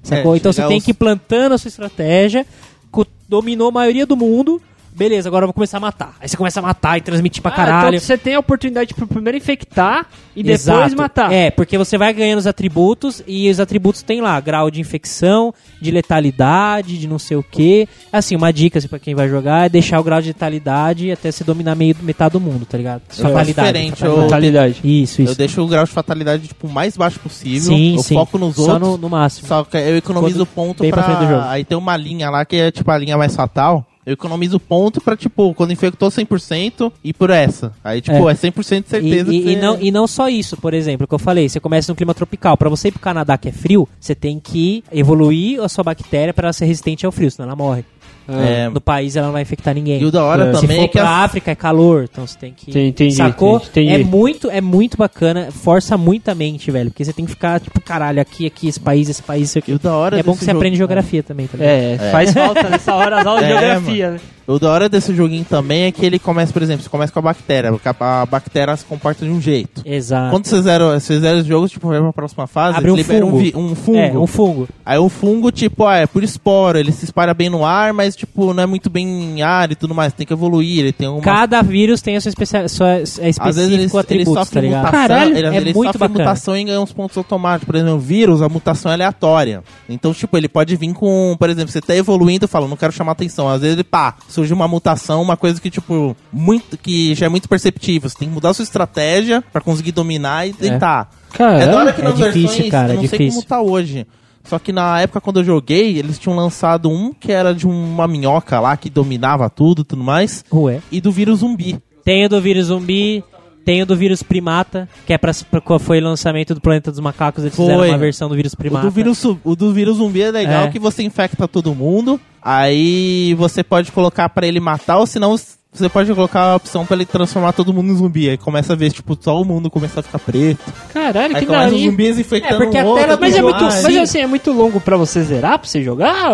Sacou?
É,
então você
chegar
tem
aos-
que ir plantando a sua estratégia, cu- dominou a maioria do mundo. Beleza, agora eu vou começar a matar. Aí você começa a matar e transmitir pra
Ah,
caralho.
então você tem a oportunidade pra primeiro infectar e depois
Exato.
matar.
É, porque você vai ganhando os atributos e os atributos tem lá grau de infecção, de letalidade, de não sei o quê. Assim, uma dica assim, pra quem vai jogar é deixar o grau de letalidade até se dominar meio metade do mundo, tá ligado?
Eu faço diferente, eu-
Fatalidade.
Isso,
Eu
isso.
deixo o grau de fatalidade tipo, o mais baixo possível.
sim,
eu
sim.
foco nos
Só
outros.
no, no máximo.
Só que eu economizo ponto
bem
pra.
pra frente do jogo.
Aí tem uma linha lá que é tipo a linha mais fatal. Eu economizo ponto pra, tipo, quando infectou 100% e por essa. Aí, tipo, é, 100% de
E,
certeza
e-
que você-
e não, e não só isso, por exemplo, que eu falei, você começa no clima tropical. Pra você ir pro Canadá que é frio, você tem que evoluir a sua bactéria pra ela ser resistente ao frio, senão ela morre.
É.
No país ela não vai infectar ninguém.
E o da hora
Se
também é
for
que
pra
as-
África é calor, então você tem que.
Sim, entendi,
sacou?
entendi, entendi.
É muito, é muito bacana, força muito a mente, velho. Porque você tem que ficar, tipo, caralho, aqui, aqui, esse país, esse país, isso
E
aqui.
o da hora
É bom
desse
que você
jogo-
aprende geografia também, tá ligado?
É, faz falta nessa hora as aulas de
É,
geografia, né?
O da hora desse joguinho também é que ele começa, por exemplo, você começa com a bactéria, porque a a bactéria se comporta de um jeito.
Exato.
Quando você zera, você zera os jogos, tipo, vai pra próxima fase,
Abre um
libera
fungo.
Um, vi- um fungo.
É, um fungo.
Aí o fungo, tipo, ah, é por esporo, ele se espalha bem no ar, mas, tipo, não é muito bem em ar e tudo mais, tem que evoluir, ele tem uma...
Cada vírus tem a sua especia... sua, é específico
Às vezes ele, ele
atributo,
sofre
tá ligado?
mutação,
Caralho,
ele,
é
ele
muito
sofre
bacana.
mutação e ganha uns pontos automáticos. Por exemplo, o vírus, a mutação é aleatória. Então, tipo, ele pode vir com, por exemplo, você tá evoluindo, fala, não quero chamar atenção. Às vezes ele, pá, surge uma mutação, uma coisa que, tipo, muito, que já é muito perceptível. Você tem que mudar a sua estratégia pra conseguir dominar e tentar.
Cara,
é da hora que nas
é difícil,
versões,
cara,
eu
é
não sei
difícil.
como tá hoje. Só que na época quando eu joguei, eles tinham lançado um que era de uma minhoca lá que dominava tudo e tudo mais.
Ué.
E do vírus zumbi.
Tem o do vírus zumbi, tem o do vírus primata, que é pra, pra- qual foi o lançamento do Planeta dos Macacos, eles fizeram
Foi.
uma versão do vírus primata.
O do, vírus, zu- o do vírus zumbi é legal
É.
que você infecta todo mundo. Aí você pode colocar pra ele matar, ou senão s- você pode colocar a opção pra ele transformar todo mundo em zumbi. Aí começa a ver, tipo, só o mundo começa a ficar preto.
Caralho,
Aí
que
começa os
daorinha.
zumbis infectando
É, porque a
o outro,
tela-
Mas é
tudo
muito.
mais.
Mas assim, é muito longo pra você zerar, pra você jogar?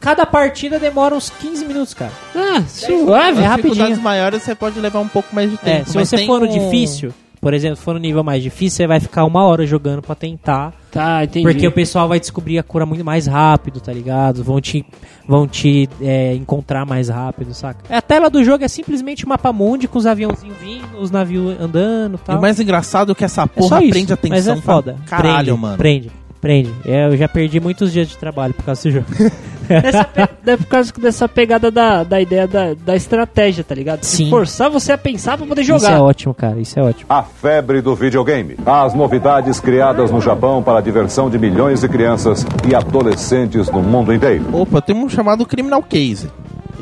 Cada partida demora uns 15 minutos, cara.
Ah, suave.
É
dificuldades
rapidinho.
maiores você pode levar um pouco mais de
É,
tempo.
se
mas
você
tem
for no
um-
difícil, por exemplo, for no nível mais difícil, você vai ficar uma hora jogando pra tentar.
Tá, entendi.
Porque o pessoal vai descobrir a cura muito mais rápido, tá ligado? Vão te, vão te é, encontrar mais rápido, saca? A tela do jogo é simplesmente mapa mundi com os aviãozinhos vindo, os navios andando e
E
tal.
o mais engraçado é que essa
tá? é só
porra
isso,
prende atenção.
mas é
pra
foda.
Caralho,
prende,
mano.
Prende, prende. É, Eu já perdi muitos dias de trabalho por causa desse
<laughs>
jogo.
Dessa pe- é por causa dessa pegada da, da ideia da, da estratégia, tá ligado? De
Sim.
forçar você a pensar pra poder
Isso é
jogar.
ótimo, cara. Isso é ótimo.
A febre do videogame. As novidades criadas no Japão para a diversão de milhões de crianças e adolescentes no mundo inteiro.
Opa, tem um chamado Criminal Case.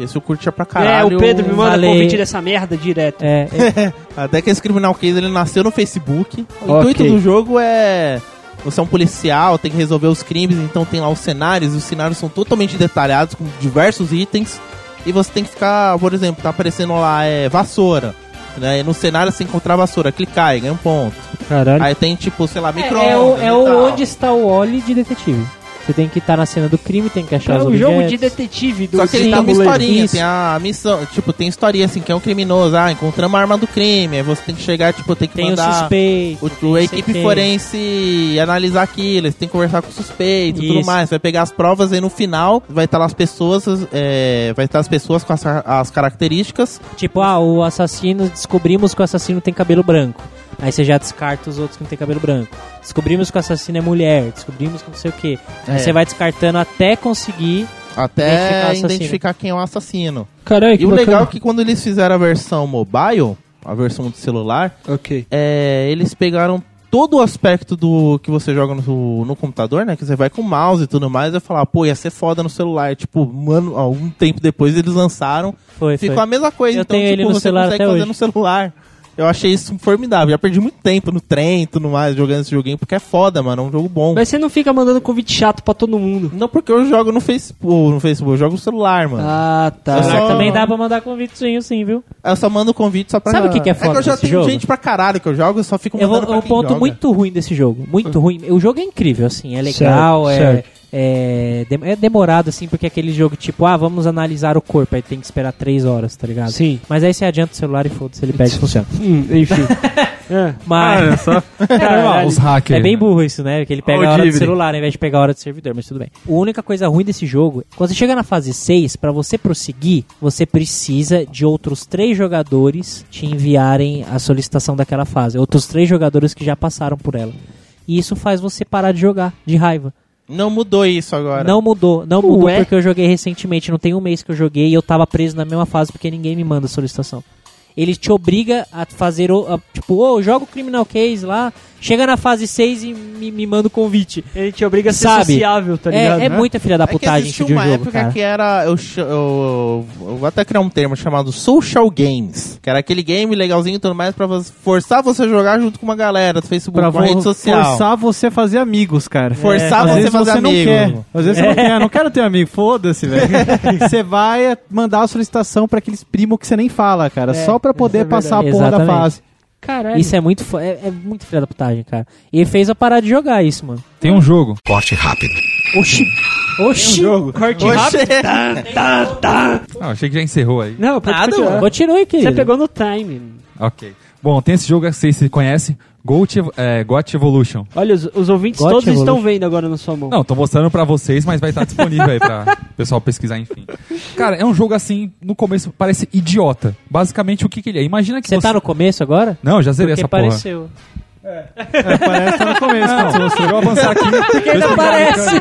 Esse eu curtia pra
é,
caralho.
o Pedro me manda
valeu.
convite dessa merda direto.
É,
<laughs>
é-
Até que esse Criminal Case ele nasceu no Facebook. O
Ok.
intuito do jogo é. Você é um policial, tem que resolver os crimes, então tem lá os cenários, e os cenários são totalmente detalhados, com diversos itens. E você tem que ficar, por exemplo, tá aparecendo lá, é vassoura. Né? E no cenário você encontrar vassoura, clicar e ganha um ponto.
caralho.
Aí tem tipo, sei lá, micro
É, o, é o onde está o Oli de detetive. Você tem que estar na cena do crime, tem que achar
É
os
um
objetos.
jogo de detetive do
Só que ele tá tem uma
tabuleiro.
historinha,
Isso.
tem a missão, tipo, tem historinha assim, que é um criminoso, ah, encontramos a arma do crime, aí você tem que chegar, tipo, tem que
Tem o
mandar
suspeito.
o,
tem
a
não sei
equipe
quem.
forense analisar aquilo, você tem que conversar com o suspeito e tudo
Isso.
mais, você vai pegar as provas aí no final, vai estar lá as pessoas, é, vai estar as pessoas com as, as características,
Tipo, ah, o assassino, descobrimos que o assassino tem cabelo branco. Aí você já descarta os outros que não tem cabelo branco. Descobrimos que o assassino é mulher, descobrimos que não sei o quê.
É.
Aí você vai descartando até conseguir. Identificar o
até
assassino.
identificar quem é o assassino.
Caralho,
E o legal é que quando eles fizeram a versão mobile, a versão de celular,
Ok.
é, eles pegaram todo o aspecto do que você joga no, no computador, né? Que você vai com o mouse e tudo mais, eu falar, pô, ia ser foda no celular. Tipo, mano, algum tempo depois eles lançaram,
Foi,
ficou
foi.
a mesma coisa.
Eu
então,
tenho
tipo,
ele no
você
celular
consegue
até
fazer
hoje.
no celular. Eu achei isso formidável. Já perdi muito tempo no trem e tudo mais, jogando esse joguinho, porque é foda, mano. É um jogo bom.
Mas você não fica mandando convite chato pra todo mundo.
Não porque eu jogo no Facebook, no Facebook, eu jogo no celular, mano.
Ah, tá.
Eu só-
Também <laughs> dá pra mandar convitezinho, sim, viu?
Eu só mando convite só pra...
Sabe o que que é
É que
foda
eu já
desse
tenho
jogo?
gente pra caralho que eu jogo, eu só fico
Eu
mandando
vou,
pra
um
quem
ponto
joga.
muito ruim desse jogo. Muito ruim. O jogo é incrível, assim. É legal,
Certo,
é,
certo.
É, dem- é demorado, assim, porque é aquele jogo tipo, ah, vamos analisar o corpo. Aí tem que esperar três horas, tá ligado?
Sim.
Mas aí você adianta o celular e foda-se, ele pega e funciona.
Hum, enfim. É.
Mas. <laughs> é normal.
Os hackers.
É bem burro isso, né? Porque ele pega
Olha o
a hora do
Dibre.
celular ao invés de pegar a hora do servidor, mas tudo bem. A única coisa ruim desse jogo, quando você chega na fase 6, pra você prosseguir, você precisa de outros três jogadores te enviarem a solicitação daquela fase. Outros três jogadores que já passaram por ela. E isso faz você parar de jogar, de raiva.
Não mudou isso agora.
Não mudou, não mudou
Ué?
porque eu joguei recentemente, não tem um mês que eu joguei e eu tava preso na mesma fase porque ninguém me manda solicitação. Ele te obriga a fazer, o- a, tipo, ô, joga o Criminal Case lá, chega na fase 6 e me, me manda o convite.
Ele te obriga a ser
Sabe?
sociável, tá
é,
ligado?
é muita filha da
É que
putagem isso
existiu
de um
uma
jogo,
época
cara.
que era. Eu, ch- eu- eu vou até criar um termo chamado social games. Que era aquele game legalzinho e tudo mais pra você- forçar você a jogar junto com uma galera do Facebook,
Pra
com a
vo-
rede social.
forçar você a fazer amigos, cara.
Forçar
Às
você
vezes
a fazer
você não
amigo.
quer. Às vezes você
É.
não quer. "Ah, Não quero ter amigo.
<laughs>
Foda-se, velho. Você vai é mandar a solicitação pra aqueles primos que você nem fala, cara.
É,
só pra poder
isso é
passar a porra
verdade.
da fase.
Caralho.
Isso é muito, fo- é, é muito filha da putagem, cara. E ele fez eu parar de jogar isso, mano.
Tem um jogo.
Oxi! Oxi!
Corte rápido.
Oxê.
Não, achei que já encerrou aí.
Não, pode
Nada,
continuar.
Continue, querido.
Você pegou no time.
Ok. Bom, tem esse jogo que vocês se conhecem, Goat, Ev- é, Got Evolution.
Olha, os, os ouvintes
Gote
todos estão
Evolution.
vendo agora na sua mão.
Não, tô mostrando pra vocês, mas vai estar disponível aí pra pessoal pesquisar, enfim. Cara, é um jogo assim, no começo parece idiota. Basicamente, o que que ele é? Imagina que
Você tá no começo agora?
Não, já zerei
Porque
essa porra.
pareceu.
Parece que
<laughs>
tá no começo.
Não, eu vou avançar aqui. Porque
não parece.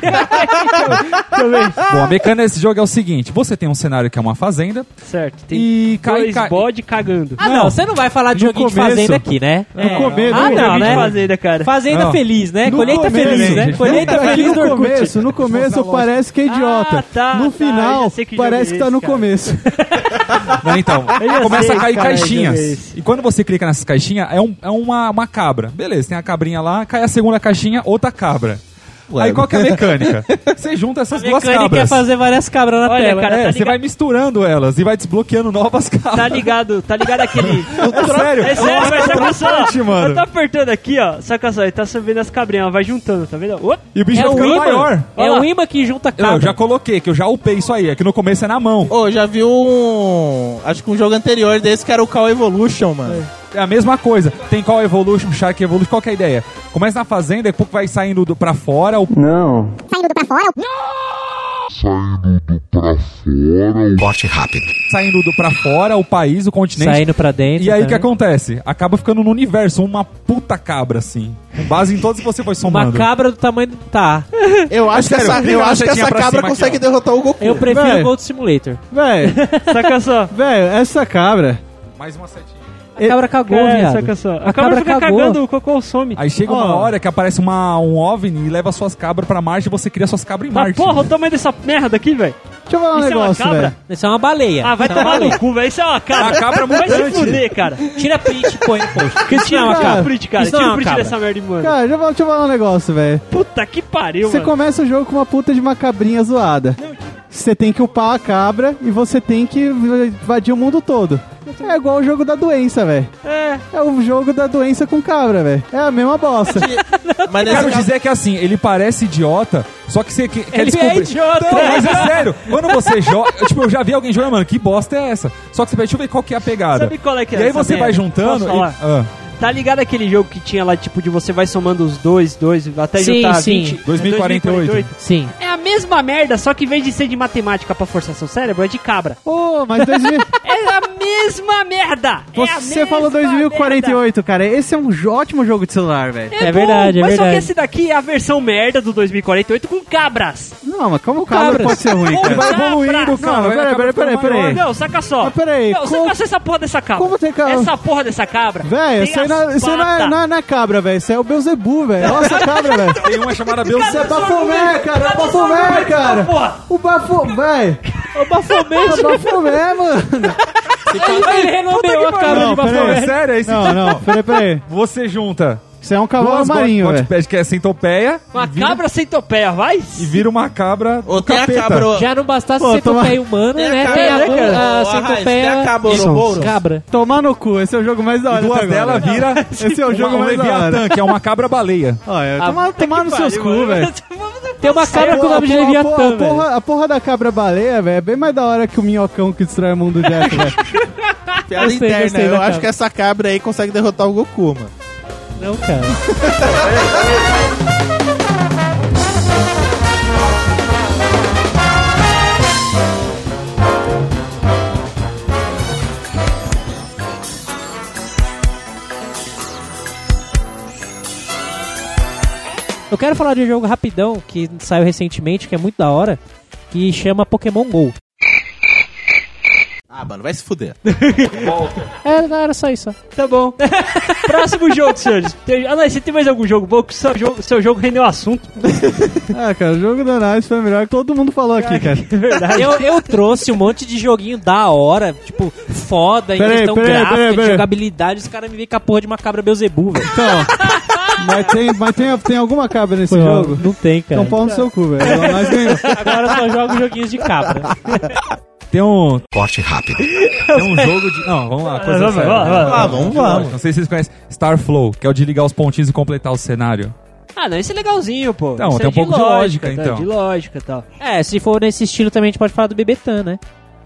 Bom, a mecânica desse jogo é o seguinte: você tem um cenário que é uma fazenda,
Certo. Tem
e cai,
dois
cai,
bode cagando.
Ah, não, você não vai falar de
No
joguinho
começo.
de fazenda aqui, né?
No começo,
Ah,
no
não,
começo.
né?
Fazenda, cara.
Fazenda
Não.
feliz, né? Colheita
começo, tá
feliz, né?
gente.
Colheita
Aqui
feliz do
no
Orkut.
começo, no começo parece que é idiota.
Ah, tá, tá,
no
eu já
final,
sei que jogo
parece que
é
tá
esse,
no
cara.
começo.
<laughs>
Não, então,
já
começa
sei,
a cair
é cara, eu já vi
caixinhas.
isso.
E quando você clica nessas caixinhas, é, um, é uma, uma cabra. Beleza, tem a cabrinha lá, cai a segunda caixinha, outra cabra. Aí qual que é a mecânica? Você junta essas duas
mecânica quer
cabras.
fazer várias cabras na
é Olha,
tela.
cara,
É,
tá
você vai
ligado?
misturando elas e vai desbloqueando novas cabras.
Tá ligado, tá ligado aquele.
<laughs> Sério?
É sério, mas saca
Forte,
só.
mano.
Eu tô apertando aqui, ó. Saca só, ele tá subindo as cabrinhas, ela vai juntando, tá vendo? Opa!
E o bicho
É
vai
o
ficando
imã.
maior.
É
Olha lá.
o imã que junta
Eu,
cabra.
já coloquei, que eu já upei isso aí. É que no começo é na mão.
Ô, já viu um. Acho que um jogo anterior desse que era o Call Evolution, mano.
É a mesma coisa. Tem Call Evolution, Shark Evolution, qual que é a ideia? Começa na fazenda, e pouco vai saindo do, pra fora, o
Saindo pra fora, o
saindo do pra fora, o país, o continente.
Saindo pra dentro. né?
E aí o que
também.
acontece? Acaba ficando no universo uma puta cabra, assim. Com base em todos que você foi
Uma
somando.
cabra do tamanho do tá.
Eu acho que essa,
Vira
eu
a
acho que
setinha
essa
pra
cabra
cima aqui,
consegue
ó.
derrotar o Goku.
Eu prefiro
Véi.
o Gold Simulator.
Véi,
Saca só.
véi, essa cabra.
Mais uma setinha.
A cabra cagou,
é,
viado.
saca só. A,
A
cabra
cabra
fica
cagou.
cagando, o cocô some.
Aí chega uma hora que aparece uma, um OVNI e leva suas cabras pra Marte e você cria suas cabras em
Mas
Marte.
porra, o tamanho dessa merda aqui, velho.
Deixa eu falar um
Isso é uma
negócio,
cabra?
velho.
Isso é uma baleia.
Ah, vai tomar no cu, velho. Isso é uma cabra.
Uma cabra
vai se
mutante.
fuder, cara.
Tira a print e põe no post.
Que tira
não é uma
o
cabra.
print, cara.
Isso não
Tira
é
o
uma
print
cabra.
dessa merda, mano.
Cara, deixa eu falar- deixa eu falar um negócio, velho.
Puta que pariu,
Você
mano.
começa o jogo com uma puta de uma cabrinha zoada. Você tem que upar a cabra e você tem que invadir o mundo todo. É igual o jogo da doença, velho.
É.
É o jogo da doença com cabra, velho. É a
<laughs>
mesma bosta.
Mas
Eu quero
nesse
dizer que assim, ele parece idiota, só que você que- quer
Ele é
descobrir.
idiota.
Não, mas é sério, quando você joga. Tipo, eu já vi alguém jogando, mano, que bosta é essa? Só que você vai, deixa eu ver qual que é a pegada.
Sabe qual é que é
e aí
essa
você vai
merda? Posso
juntando. e-
falar?
Ah,
Tá ligado aquele jogo que tinha lá, tipo, de você vai somando os dois, dois, até
Sim,
juntar
sim.
É,
20?
2048.
Sim.
É a mesma merda, só que em vez de ser de matemática pra forçar seu cérebro, é de
<laughs>
cabra.
Ô, mas 2000...
É a mesma merda! É a
você falou
mesma
2048, cara. Esse é um jo- ótimo jogo de celular, velho.
merda.
É verdade, é
mas só que
verdade.
esse daqui é a versão merda do 2048 com cabras.
Não, mas como cabra
cabras.
pode
<laughs>
ser ruim,
Como
cara?
cabra?
evoluindo, cara.
Não,
vai
peraí,
acabar
peraí, peraí,
ficando
peraí.
maior.
Não, saca só.
Mas peraí,
não,
como-
saca só essa porra dessa cabra.
Como tem cabra?
Essa porra dessa cabra.
Velho,
tem
isso
as
aí não, isso aí não é,
patas.
não é- não é cabra, velho. Isso aí é o Beuzebu, velho. Olha essa cabra, velho.
Tem uma chamada
Isso é
Beelzebub.
Bafomé, cara. É
Cadê
Bafomé,
essa
cara.
porra?
O Bafomé, velho.
É o Baphomet.
É Bafomé, mano.
Ele renomeou a
um
cabra de
peraí.
Não,
Bafomé.
é sério, é esse
Não, não. Peraí, peraí.
<laughs> Você junta
Isso é um cavalo
duas
marinho,
got-
velho.
Godpad, que é centopeia,
Uma
e vira-
cabra sem topeia, vai?
e vira uma cabra.
Ou
do
tem a
capeta.
cabra.
Já não bastasse
Pô,
ser
toma-
centopeia humana,
Tem a
né?
cabra,
Tem a,
né, cara?
a
Ô, Raiz,
centopeia...
tem a cabra, Ouroboros?
Cabra.
Tomar no cu, esse é o jogo mais da hora.
E
até
duas
agora.
delas
né?
vira.
Esse é o jogo
uma, um
mais da hora.
Leviatã, que é uma cabra baleia.
Olha,
Ah,
é tomar, tomar nos seus cu, velho.
Tem uma cabra com o nome de
A porra- a
Leviatã, velho.
porra, a porra da cabra baleia, velho, é bem mais da hora que o minhocão que destrói o mundo Jack, <laughs> velho.
Piada
Gostei,
interna.
gostei
eu
da
acho
cabra.
que essa cabra aí consegue derrotar o Goku, mano.
Não, cara. Eu quero falar de um jogo rapidão que saiu recentemente, que é muito da hora, que chama Pokémon GO.
Ah, mano, vai se <laughs> fuder.
É, não, era só isso.
Tá
<laughs>
bom. Próximo jogo, senhores. Tem... Ah, não, você tem mais algum jogo bom? Que seu jogo, seu jogo rendeu assunto.
Ah, cara, o jogo da Nice foi o melhor que todo mundo falou aqui, cara.
é
Então,
Eu, eu trouxe um monte de joguinho da hora, tipo, foda, em
Peraí,
questão
peraí,
gráfica,
peraí, peraí.
de jogabilidade, os caras me veem com a porra de uma cabra Beuzebu, velho.
Então, mas tem, mas tem, tem alguma cabra nesse jogo?
Não tem, cara.
Então pau no seu cu, velho. Ela mais ganhou.
Agora eu só jogo joguinhos de cabra.
Tem um. Corte rápido. Tem um jogo de. Não, vamos lá, coisa
Vamos,
séria.
vamos, vamos.
Ah, vamos lá. mano.
Não sei se vocês conhecem Starflow, que é o de ligar os pontinhos e completar o cenário.
Ah, não, isso é legalzinho, pô.
Então,
Isso
tem
é
um pouco de lógica,
tá?
então.
De lógica tá. e tal.
É, se for nesse estilo também a gente pode falar do Bebetan, né?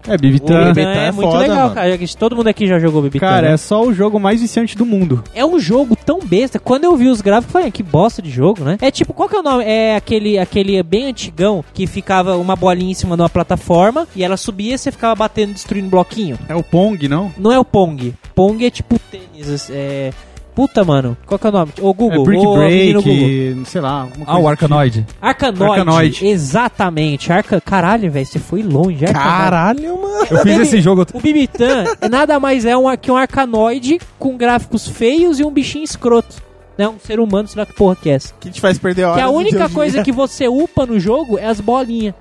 É,
O
Bibitan.
Bibi-
Bebetan é,
é
muito
foda,
legal,
mano.
cara. Todo mundo aqui já jogou Bebetan.
Cara,
né?
é só o jogo mais viciante do mundo.
É um jogo tão besta. Quando eu vi os gráficos, eu falei, "Ah, que bosta de jogo, né? É tipo, qual que é o nome? É aquele, aquele bem antigão que ficava uma bolinha em cima de uma plataforma e ela subia e você ficava batendo, destruindo bloquinho.
É o Pong, não?
Não é o Pong. Pong é tipo tênis. É. Puta, mano. Qual que é o nome? O Google.
é Brick
ô, menino Google.
Break, sei lá. alguma
Ah,
coisa
o
do
Arcanoid.
Arcanoide.
Arcanoide.
Exatamente. Arca... Caralho, velho. Você foi longe. Arcanoide.
Caralho, mano.
Eu fiz
<laughs>
esse jogo.
O Bibitan <laughs> nada mais é um, ar- que um arcanoide com gráficos feios e um bichinho escroto. Né? Um ser humano, sei lá que porra que é essa.
Que te faz perder a hora.
Que a
do
única
dia a dia.
coisa que você upa no jogo é as bolinhas.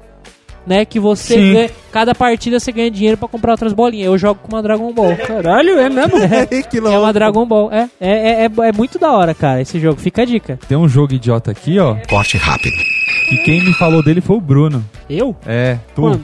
né? Que você
Sim.
ganha. Cada partida você ganha dinheiro pra comprar outras bolinhas. Eu jogo com uma Dragon Ball.
Caralho, é mesmo?
que
É uma Dragon Ball. É, é, é, é- é muito da hora, cara, esse jogo. Fica a dica.
Tem um jogo idiota aqui, ó. Corte rápido. E quem me falou dele foi o Bruno.
Eu?
É, tu.
Quando?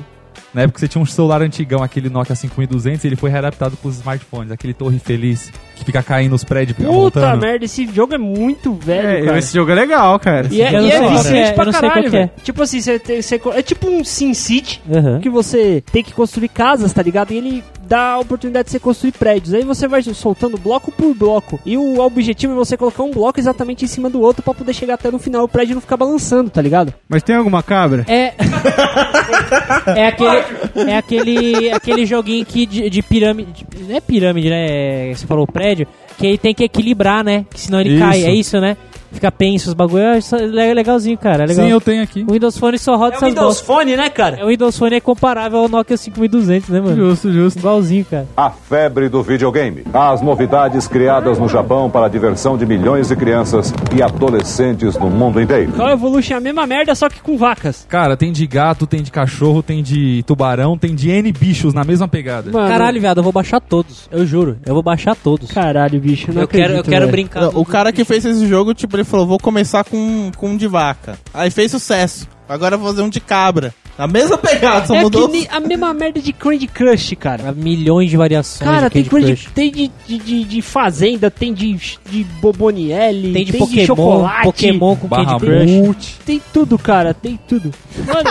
Na época você tinha um celular antigão, aquele Nokia 5200, e ele foi readaptado pros smartphones, aquele Torre Feliz, que fica caindo os prédios, fica
Puta
voltando.
merda, esse jogo é muito velho,
É,
cara.
esse jogo é legal, cara.
E é,
Eu não
e é
sei qual que
viciante
é, eu
pra
não sei
caralho,
qual que é.
velho. Tipo assim, você, tem- você co- é tipo um Sin City,
Aham.
que você tem que construir casas, tá ligado? E ele dá a oportunidade de você construir prédios. Aí você vai soltando bloco por bloco. E o objetivo é você colocar um bloco exatamente em cima do outro pra poder chegar até no final e o prédio não ficar balançando, tá ligado?
Mas tem alguma cabra?
É. <laughs> é aquele. É aquele, aquele joguinho que de, de pirâmide. de- não é pirâmide, né? É, Você falou prédio. Que ele tem que equilibrar, né? Que senão ele cai.
Isso.
É isso, né? Fica penso os bagulho. É isso- é legalzinho, cara. É legal.
Sim, eu tenho aqui.
O Windows Phone só roda essas bolas.
Phone, né, cara?
É, o Windows Phone é comparável ao Nokia 5200, né, mano?
Justo, justo.
Igualzinho, cara.
A febre do videogame. As novidades criadas no Japão para a diversão de milhões de crianças e adolescentes no mundo inteiro.
Call Evolution é a mesma merda, só que com vacas.
Cara, tem de gato, tem de cachorro, tem de tubarão, tem de N bichos na mesma pegada.
Mano,
Caralho, viado, eu vou baixar todos. Eu juro, eu vou baixar todos.
Caralho, bicho, eu não
eu quero, eu
acredito,
quero
velho.
brincar.
Não, O cara que fez esse jogo, tipo, ele falou, vou começar com, com um de vaca. Aí fez sucesso. Agora eu vou fazer um de cabra. A mesma pegada, só
É
mudou.
que nem a mesma merda de Candy Crush, cara.
Há milhões de variações.
Cara,
de
tem,
Candy
coisa
Crush.
de, tem de, de, de- de fazenda, tem de, de Bobonielli,
Tem de
de
Pokémon,
chocolate,
Pokémon com
Barra
Candy Crush.
Mult.
tem tudo, cara, tem tudo. Mano,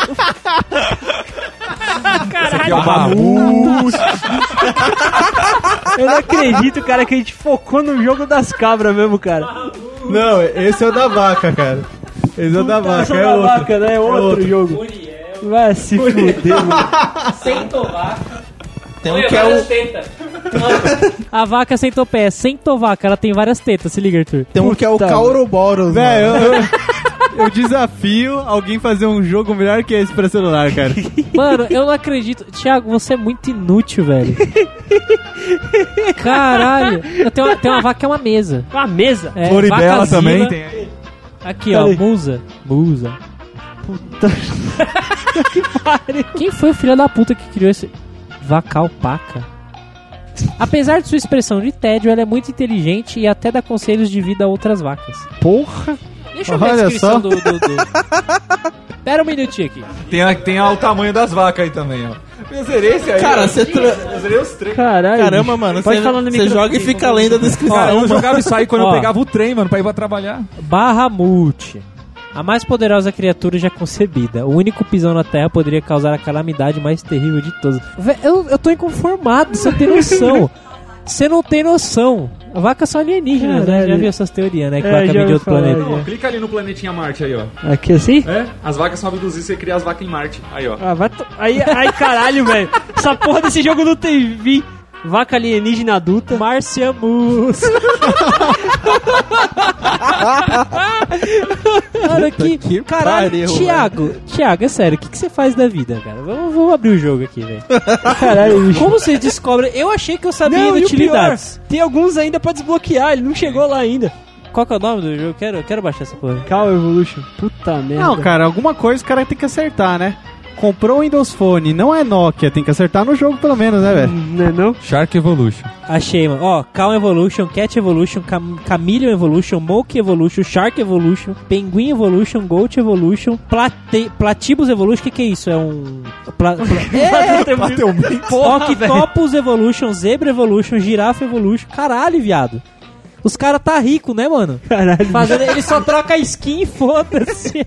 eu-
Que é o
Caralho,
Barra Mult.
eu não acredito, cara, que a gente focou no jogo das cabras mesmo,
Ah,
cara.
<laughs> Não, esse é o da vaca, cara. Esse é o da vaca,
Essa
é
da
outro.
vaca, né? É outro, jogo. Vai se fuder, mano.
Sem tomar.
Tem um que é o,
A vaca sem topé, sem tovaca, ela tem várias tetas, se liga, Arthur.
tem um que é o
Puta,
Cauroboros,
Véi,
mano.
eu, eu- eu desafio alguém fazer um jogo melhor que esse pra celular, cara.
Mano, eu não acredito. Thiago, você é muito inútil, velho. Caralho. Eu tenho uma, tem uma vaca que é uma mesa.
Uma mesa.
É,
Floribela
vacazila.
também tem.
Aqui, ó,
Peraí.
musa. Musa. Puta. <laughs> Quem foi o filho da puta que criou esse vacal paca? Apesar de sua expressão de tédio, ela é muito inteligente e até dá conselhos de vida a outras vacas.
Porra!
Deixa eu ver
Olha
a descrição
só.
do, do, do. Pera um minutinho aqui.
Tem, a- tem a- o tamanho das vacas aí também, ó. Eu zerei esse aí.
Cara, você tra-
eu zerei os três.
Caralho.
Caramba, mano,
Pode
você
falar no
você
microfone,
joga e fica além da descrição.
Cara, eu jogava isso aí quando
<laughs>
Ó.
eu pegava o trem, mano, pra ir pra trabalhar.
Bahamut. A mais poderosa criatura já concebida. O único pisão na Terra poderia causar a calamidade mais terrível de todas. Vé, Eu, eu tô inconformado, você não tem
<laughs>
noção. Você não tem noção. Vacas são alienígenas, né?
Caralho.
Já viu essas teorias, né? Que
É,
vaca
já
vem de
ouvi
outro
falar,
planeta.
já.
clica ali no planetinha Marte aí, ó.
Aqui assim?
<laughs> É? As vacas são abduzidas e você cria as vacas em Marte. Aí, ó.
Ah, vai to- aí, ai, caralho, velho. Essa porra desse jogo não tem vi. Vaca alienígena adulta.
Marciamus. <laughs> Cara, que,
que
caralho,
pariu,
Thiago, Thiago, é sério, o que, que você faz da vida, cara? Vamos, vamos abrir o jogo aqui, velho.
Caralho, bicho.
Como você descobre? Eu achei que eu sabia
Não, e o pior,
inutilidades.
tem alguns ainda pra desbloquear, ele não chegou lá ainda.
Qual que é o nome do jogo? Quero, quero baixar essa porra.
Call Evolution. Puta merda.
Não, cara, alguma coisa o cara tem que acertar, né? Comprou o Windows Phone, não é Nokia, tem que acertar no jogo pelo menos, né, velho?
Não é não?
Shark Evolution.
Achei, mano. Ó, Calm Evolution, Cat Evolution, Cam Chameleon Evolution, Monkey Evolution, Shark Evolution, Penguin Evolution, Goat Evolution, Plate Platibus Evolution. O que, que é isso? É um.
<laughs>
Pla pla- Octopus Evolution, Zebra Evolution, Girafa Evolution. Caralho, viado. Os caras tá rico, né, mano?
Caralho.
Fazendo, ele só troca a skin <laughs> e foda-se.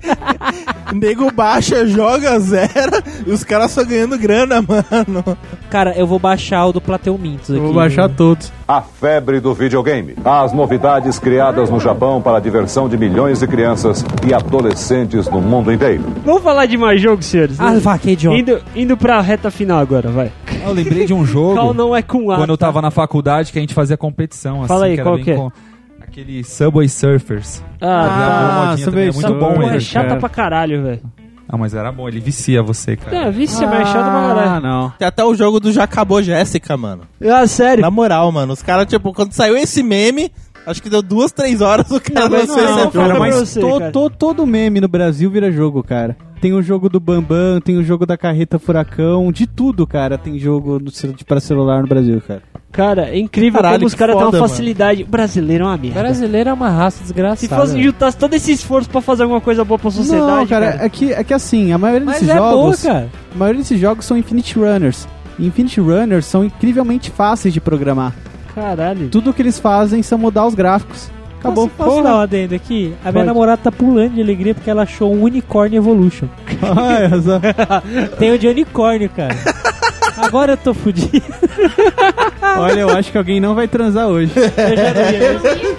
Nego baixa, joga, zera, e os caras só ganhando grana, mano.
Cara, eu vou baixar o do Plateumintos aqui.
Eu vou baixar todos.
A febre do videogame. As novidades criadas no Japão para a diversão de milhões de crianças e adolescentes no mundo inteiro.
Vamos falar de mais jogos, senhores. né?
Ah, vaquei de
indo, indo pra reta final agora, vai.
Eu
<laughs>
lembrei de um
Call
jogo
não é com A.
quando eu tava na faculdade que a gente fazia competição.
Fala
assim,
aí,
que era
qual
bem
que é?
com- Aquele Subway Surfers.
Ah,
Era uma
Ah, Subway
modinha também, é muito
Surfers.
bom
porra, é
ele,
chata
cara.
pra caralho, velho.
Ah, mas era bom, ele vicia você,
É,
Ah,
cara. Tá
vice, mas é chato pra
Ah,
caralho.
não.
Tem até o jogo do Já Acabou Jéssica, mano.
Ah, sério.
Na moral, mano, os caras, tipo, quando saiu esse meme, acho que deu duas, três horas o cara
Não, mas
lançou
não,
esse
cara,
jogo.
mas-
Mas...
você,
to-
cara.
to- todo meme no Brasil vira jogo, cara. Tem o jogo do Bambam, tem o jogo da carreta Furacão, de tudo, cara. Tem jogo no cel- pra celular no Brasil, cara.
Cara, é incrível
Caralho,
como os
que
caras têm uma
foda, mano.
facilidade. Brasileiro é uma merda.
Brasileiro é uma raça
Se
desgraçada.
fosse juntar todo esse esforço pra fazer alguma coisa boa pra sociedade,
Não, cara,
cara.
É, que, é que assim, a maioria
Mas
desses
é boa,
jogos.
cara.
A maioria desses jogos são Infinite Runners. E Infinite Runners são incrivelmente fáceis de programar.
Caralho. Tá
Tudo que eles fazem são mudar os gráficos. Acabou.
Posso, posso
um
dar uma adenda aqui? A minha
Pode.
namorada tá pulando de alegria porque ela achou um Unicorn Evolution.
Olha só.
<laughs> um
Tem o de unicórnio, cara. Agora eu tô fudido. <laughs>
Olha, eu acho que alguém não vai transar hoje.
Eu já não ia.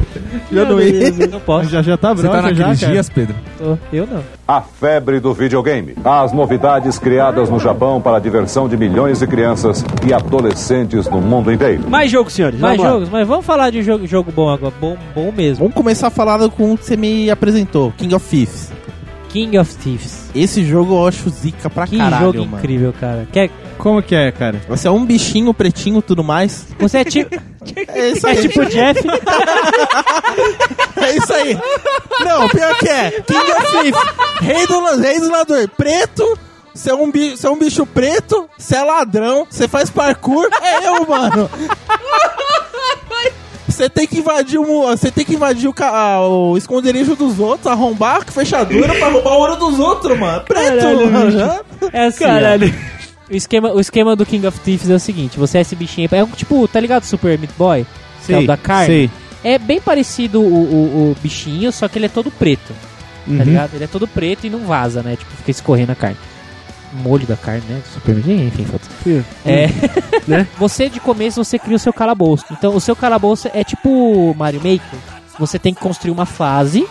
Já doí.
mesmo. Não posso.
Já já tá
Você
branco,
tá
já,
naqueles
cara.
dias, Pedro?
Tô. Eu não.
A febre do videogame. As novidades criadas no Japão para a diversão de milhões de crianças e adolescentes no mundo inteiro.
Mais jogos, senhores.
Mais
vamos lá.
jogos, mas vamos falar de jogo, jogo bom agora. Bom, bom mesmo.
Vamos começar falando com o que você me apresentou, King of Thieves.
King of Thieves.
Esse jogo eu acho zica pra
Que
caralho,
jogo
mano.
incrível, cara. Quer-
Como que é, cara?
Você é um bichinho pretinho e tudo mais.
você é tipo,
É isso
é
aí.
tipo Jeff,
<laughs> É isso aí. Não, pior que é. King of Thieves. Rei do, lan- rei do ladrão. Preto. Você é, um bicho, você é um bicho preto, você é ladrão, você faz parkour, é eu, mano. Você tem que invadir o, mu- você tem que invadir o, ca- ah, o esconderijo dos outros, arrombar a fechadura pra roubar o ouro dos outros, mano. Preto,
Caralho,
mano.
bicho.
já.
é assim, ó.
Caralho.
O esquema, o esquema do King of Thieves é o seguinte, você é esse bichinho, aí, é um tipo, tá ligado Super Meat Boy? Que é o da carne?
Sei.
É bem parecido o, o- o bichinho, só que ele é todo preto, tá ligado? Ele é todo preto e não vaza, né? Tipo, fica escorrendo a carne. Molho da carne, né? Super Meat, enfim, foda É. <laughs> Você de começo você cria o seu calabouço. Então o seu calabouço é tipo Mario Maker. Você tem que construir uma fase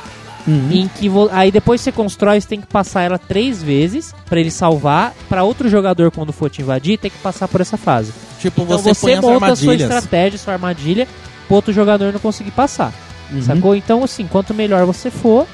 Uhum.
em que vo- aí depois você constrói, você tem que passar ela três vezes pra ele salvar, Pra outro jogador quando for te invadir, tem que passar por essa fase.
Tipo,
Então
você,
você,
põe as
monta a sua
armadilhas.
estratégia, sua armadilha, pro outro jogador não conseguir passar.
Uhum.
Sacou? Então, assim, quanto melhor você for,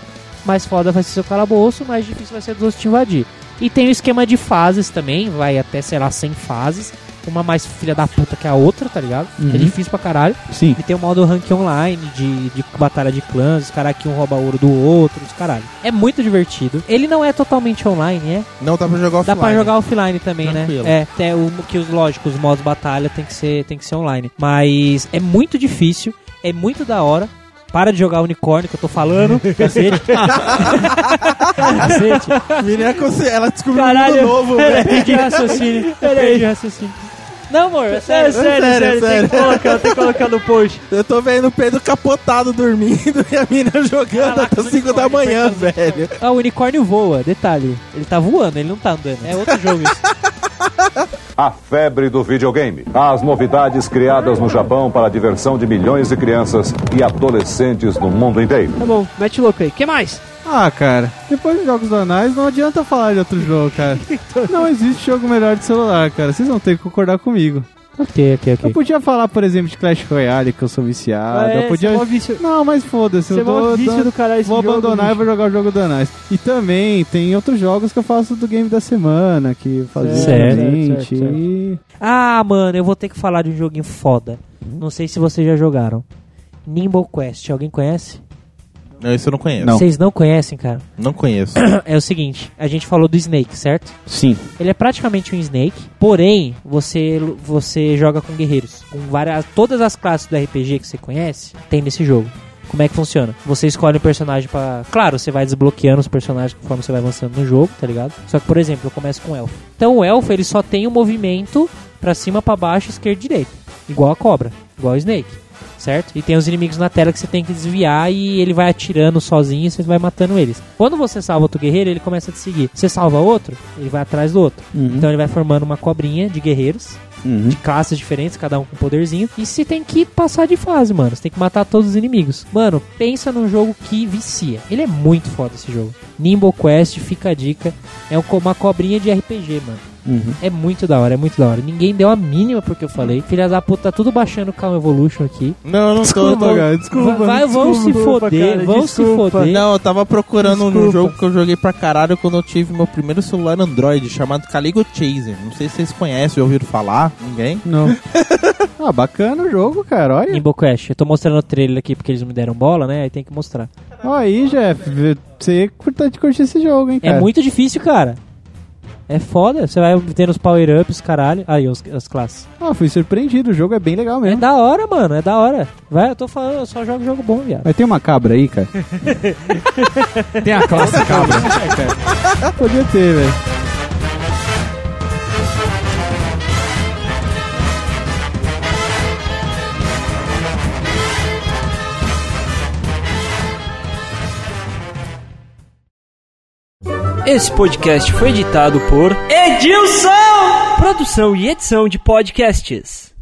mais foda vai ser seu calabouço, mais difícil vai ser dos outros te invadir. E tem o esquema de fases também, vai até, sei lá, 100 fases. Uma mais filha da puta que a outra, tá ligado?
Uhum.
É difícil pra caralho.
Sim.
E tem o modo rank online de, de batalha de clãs, os caras que um rouba ouro do outro, os caralho. É muito divertido. Ele não é totalmente online, é?
Não dá pra jogar
Dá
offline.
pra jogar offline também,
Tranquilo.
né? É, até o, que os lógicos, os modos batalha tem que, ser, tem que ser online. Mas é muito difícil, é muito da hora. Para de jogar unicórnio que eu tô <laughs> falando, cacete. cacete.
Menina, consci- é ela descobriu
Caralho.
um mundo novo,
Eu
velho.
perdi o raciocínio, eu perdi o raciocínio. Não, amor, é
É sério,
sério.
sério, Tem
sério,
que colocar, tem que colocar no post.
Eu tô vendo o Pedro capotado dormindo <laughs> e a mina jogando
Caraca,
até 5 da
unicórnio,
manhã,
coitado do
velho.
Ah, o unicórnio voa, detalhe. Ele tá voando, ele não tá andando. É outro jogo isso.
A febre do videogame. As novidades criadas no Japão para a diversão de milhões de crianças e adolescentes no mundo inteiro.
Tá bom, mete louco aí. O que mais?
Ah, cara, depois dos jogos anais não adianta falar de outro jogo,
<laughs>
cara. não existe jogo melhor de celular, cara. Vocês vão ter que concordar comigo.
ok, ok,
Eu podia falar, por exemplo, de Clash Royale, que eu sou viciado. eu podia...
Você é mó vício,
Não, mas foda-se.
você é
Eu
mó
tô,
vício
tô-
do caralho esse
Vou
jogo,
abandonar e
bicho.
vou jogar o jogo do Anais. E também tem outros jogos que eu faço do game da semana, que fazia
Certo,
gente.
certo, certo, certo.
e-
<laughs> Ah, mano, eu vou ter que falar de um joguinho foda. Não sei se vocês já jogaram. Nimble Quest, alguém conhece?
Não, isso eu não conheço.
Vocês não conhecem, cara?
Não conheço.
<clears throat> É o seguinte, a gente falou do Snake, certo?
Sim.
Ele é praticamente um Snake, porém, você você joga com guerreiros. Com várias, todas as classes do RPG que você conhece, tem nesse jogo. Como é que funciona? Você escolhe um personagem pra. Claro, você vai desbloqueando os personagens conforme você vai avançando no jogo, tá ligado? Só que, por exemplo, eu começo com um elfo. Então o elfo, ele só tem o movimento pra cima, pra baixo, esquerda e direita. Igual a cobra, igual o Snake, certo? E tem os inimigos na tela que você tem que desviar e ele vai atirando sozinho e você vai matando eles. Quando você salva outro guerreiro, ele começa a te seguir. Você salva outro, ele vai atrás do outro.
Hum.
Então ele vai formando uma cobrinha de guerreiros, de classes diferentes, cada um com um poderzinho. E você tem que passar de fase, mano. Você tem que matar todos os inimigos. Mano, pensa num jogo que vicia. Ele é muito foda esse jogo. Nimble Quest, fica a dica. É um co- uma cobrinha de RPG, mano. É muito da hora, é muito da hora. Ninguém deu a mínima porque eu falei. Filha da puta, tá tudo baixando o Calm Evolution aqui.
Não, eu não
Desculpa,
tô. Eu tô...
cara, desculpa.
Vai- vai-
desculpa.
vão se foder,
cara,
vão
desculpa.
se foder.
Não, eu tava procurando um
Desculpa.
jogo que eu joguei pra caralho quando eu tive meu primeiro celular Android, chamado Caligo Chaser. Não sei se vocês conhecem, já ouviram falar. Ninguém?
Não. <laughs> ah, bacana o jogo, cara. Olha.
Nimble Quest. Eu tô mostrando o trailer aqui porque eles não me deram bola, né? Aí tem que mostrar.
Ó aí, Jeff, você curta de curtir esse jogo, hein,
É
cara.
muito difícil, cara. É foda. Você vai obtendo os power-ups, caralho. Aí, os, as classes.
Ah, fui surpreendido, o jogo é bem legal
É
mesmo.
da hora, mano. É da hora. Vai, eu tô falando, eu só jogo jogo bom, viado.
Mas tem uma cabra aí,
<laughs>
cara?
Tem a
<laughs>
classe cabra.
Podia ter, velho.
Esse podcast foi editado por Edilson! Produção e edição de podcasts.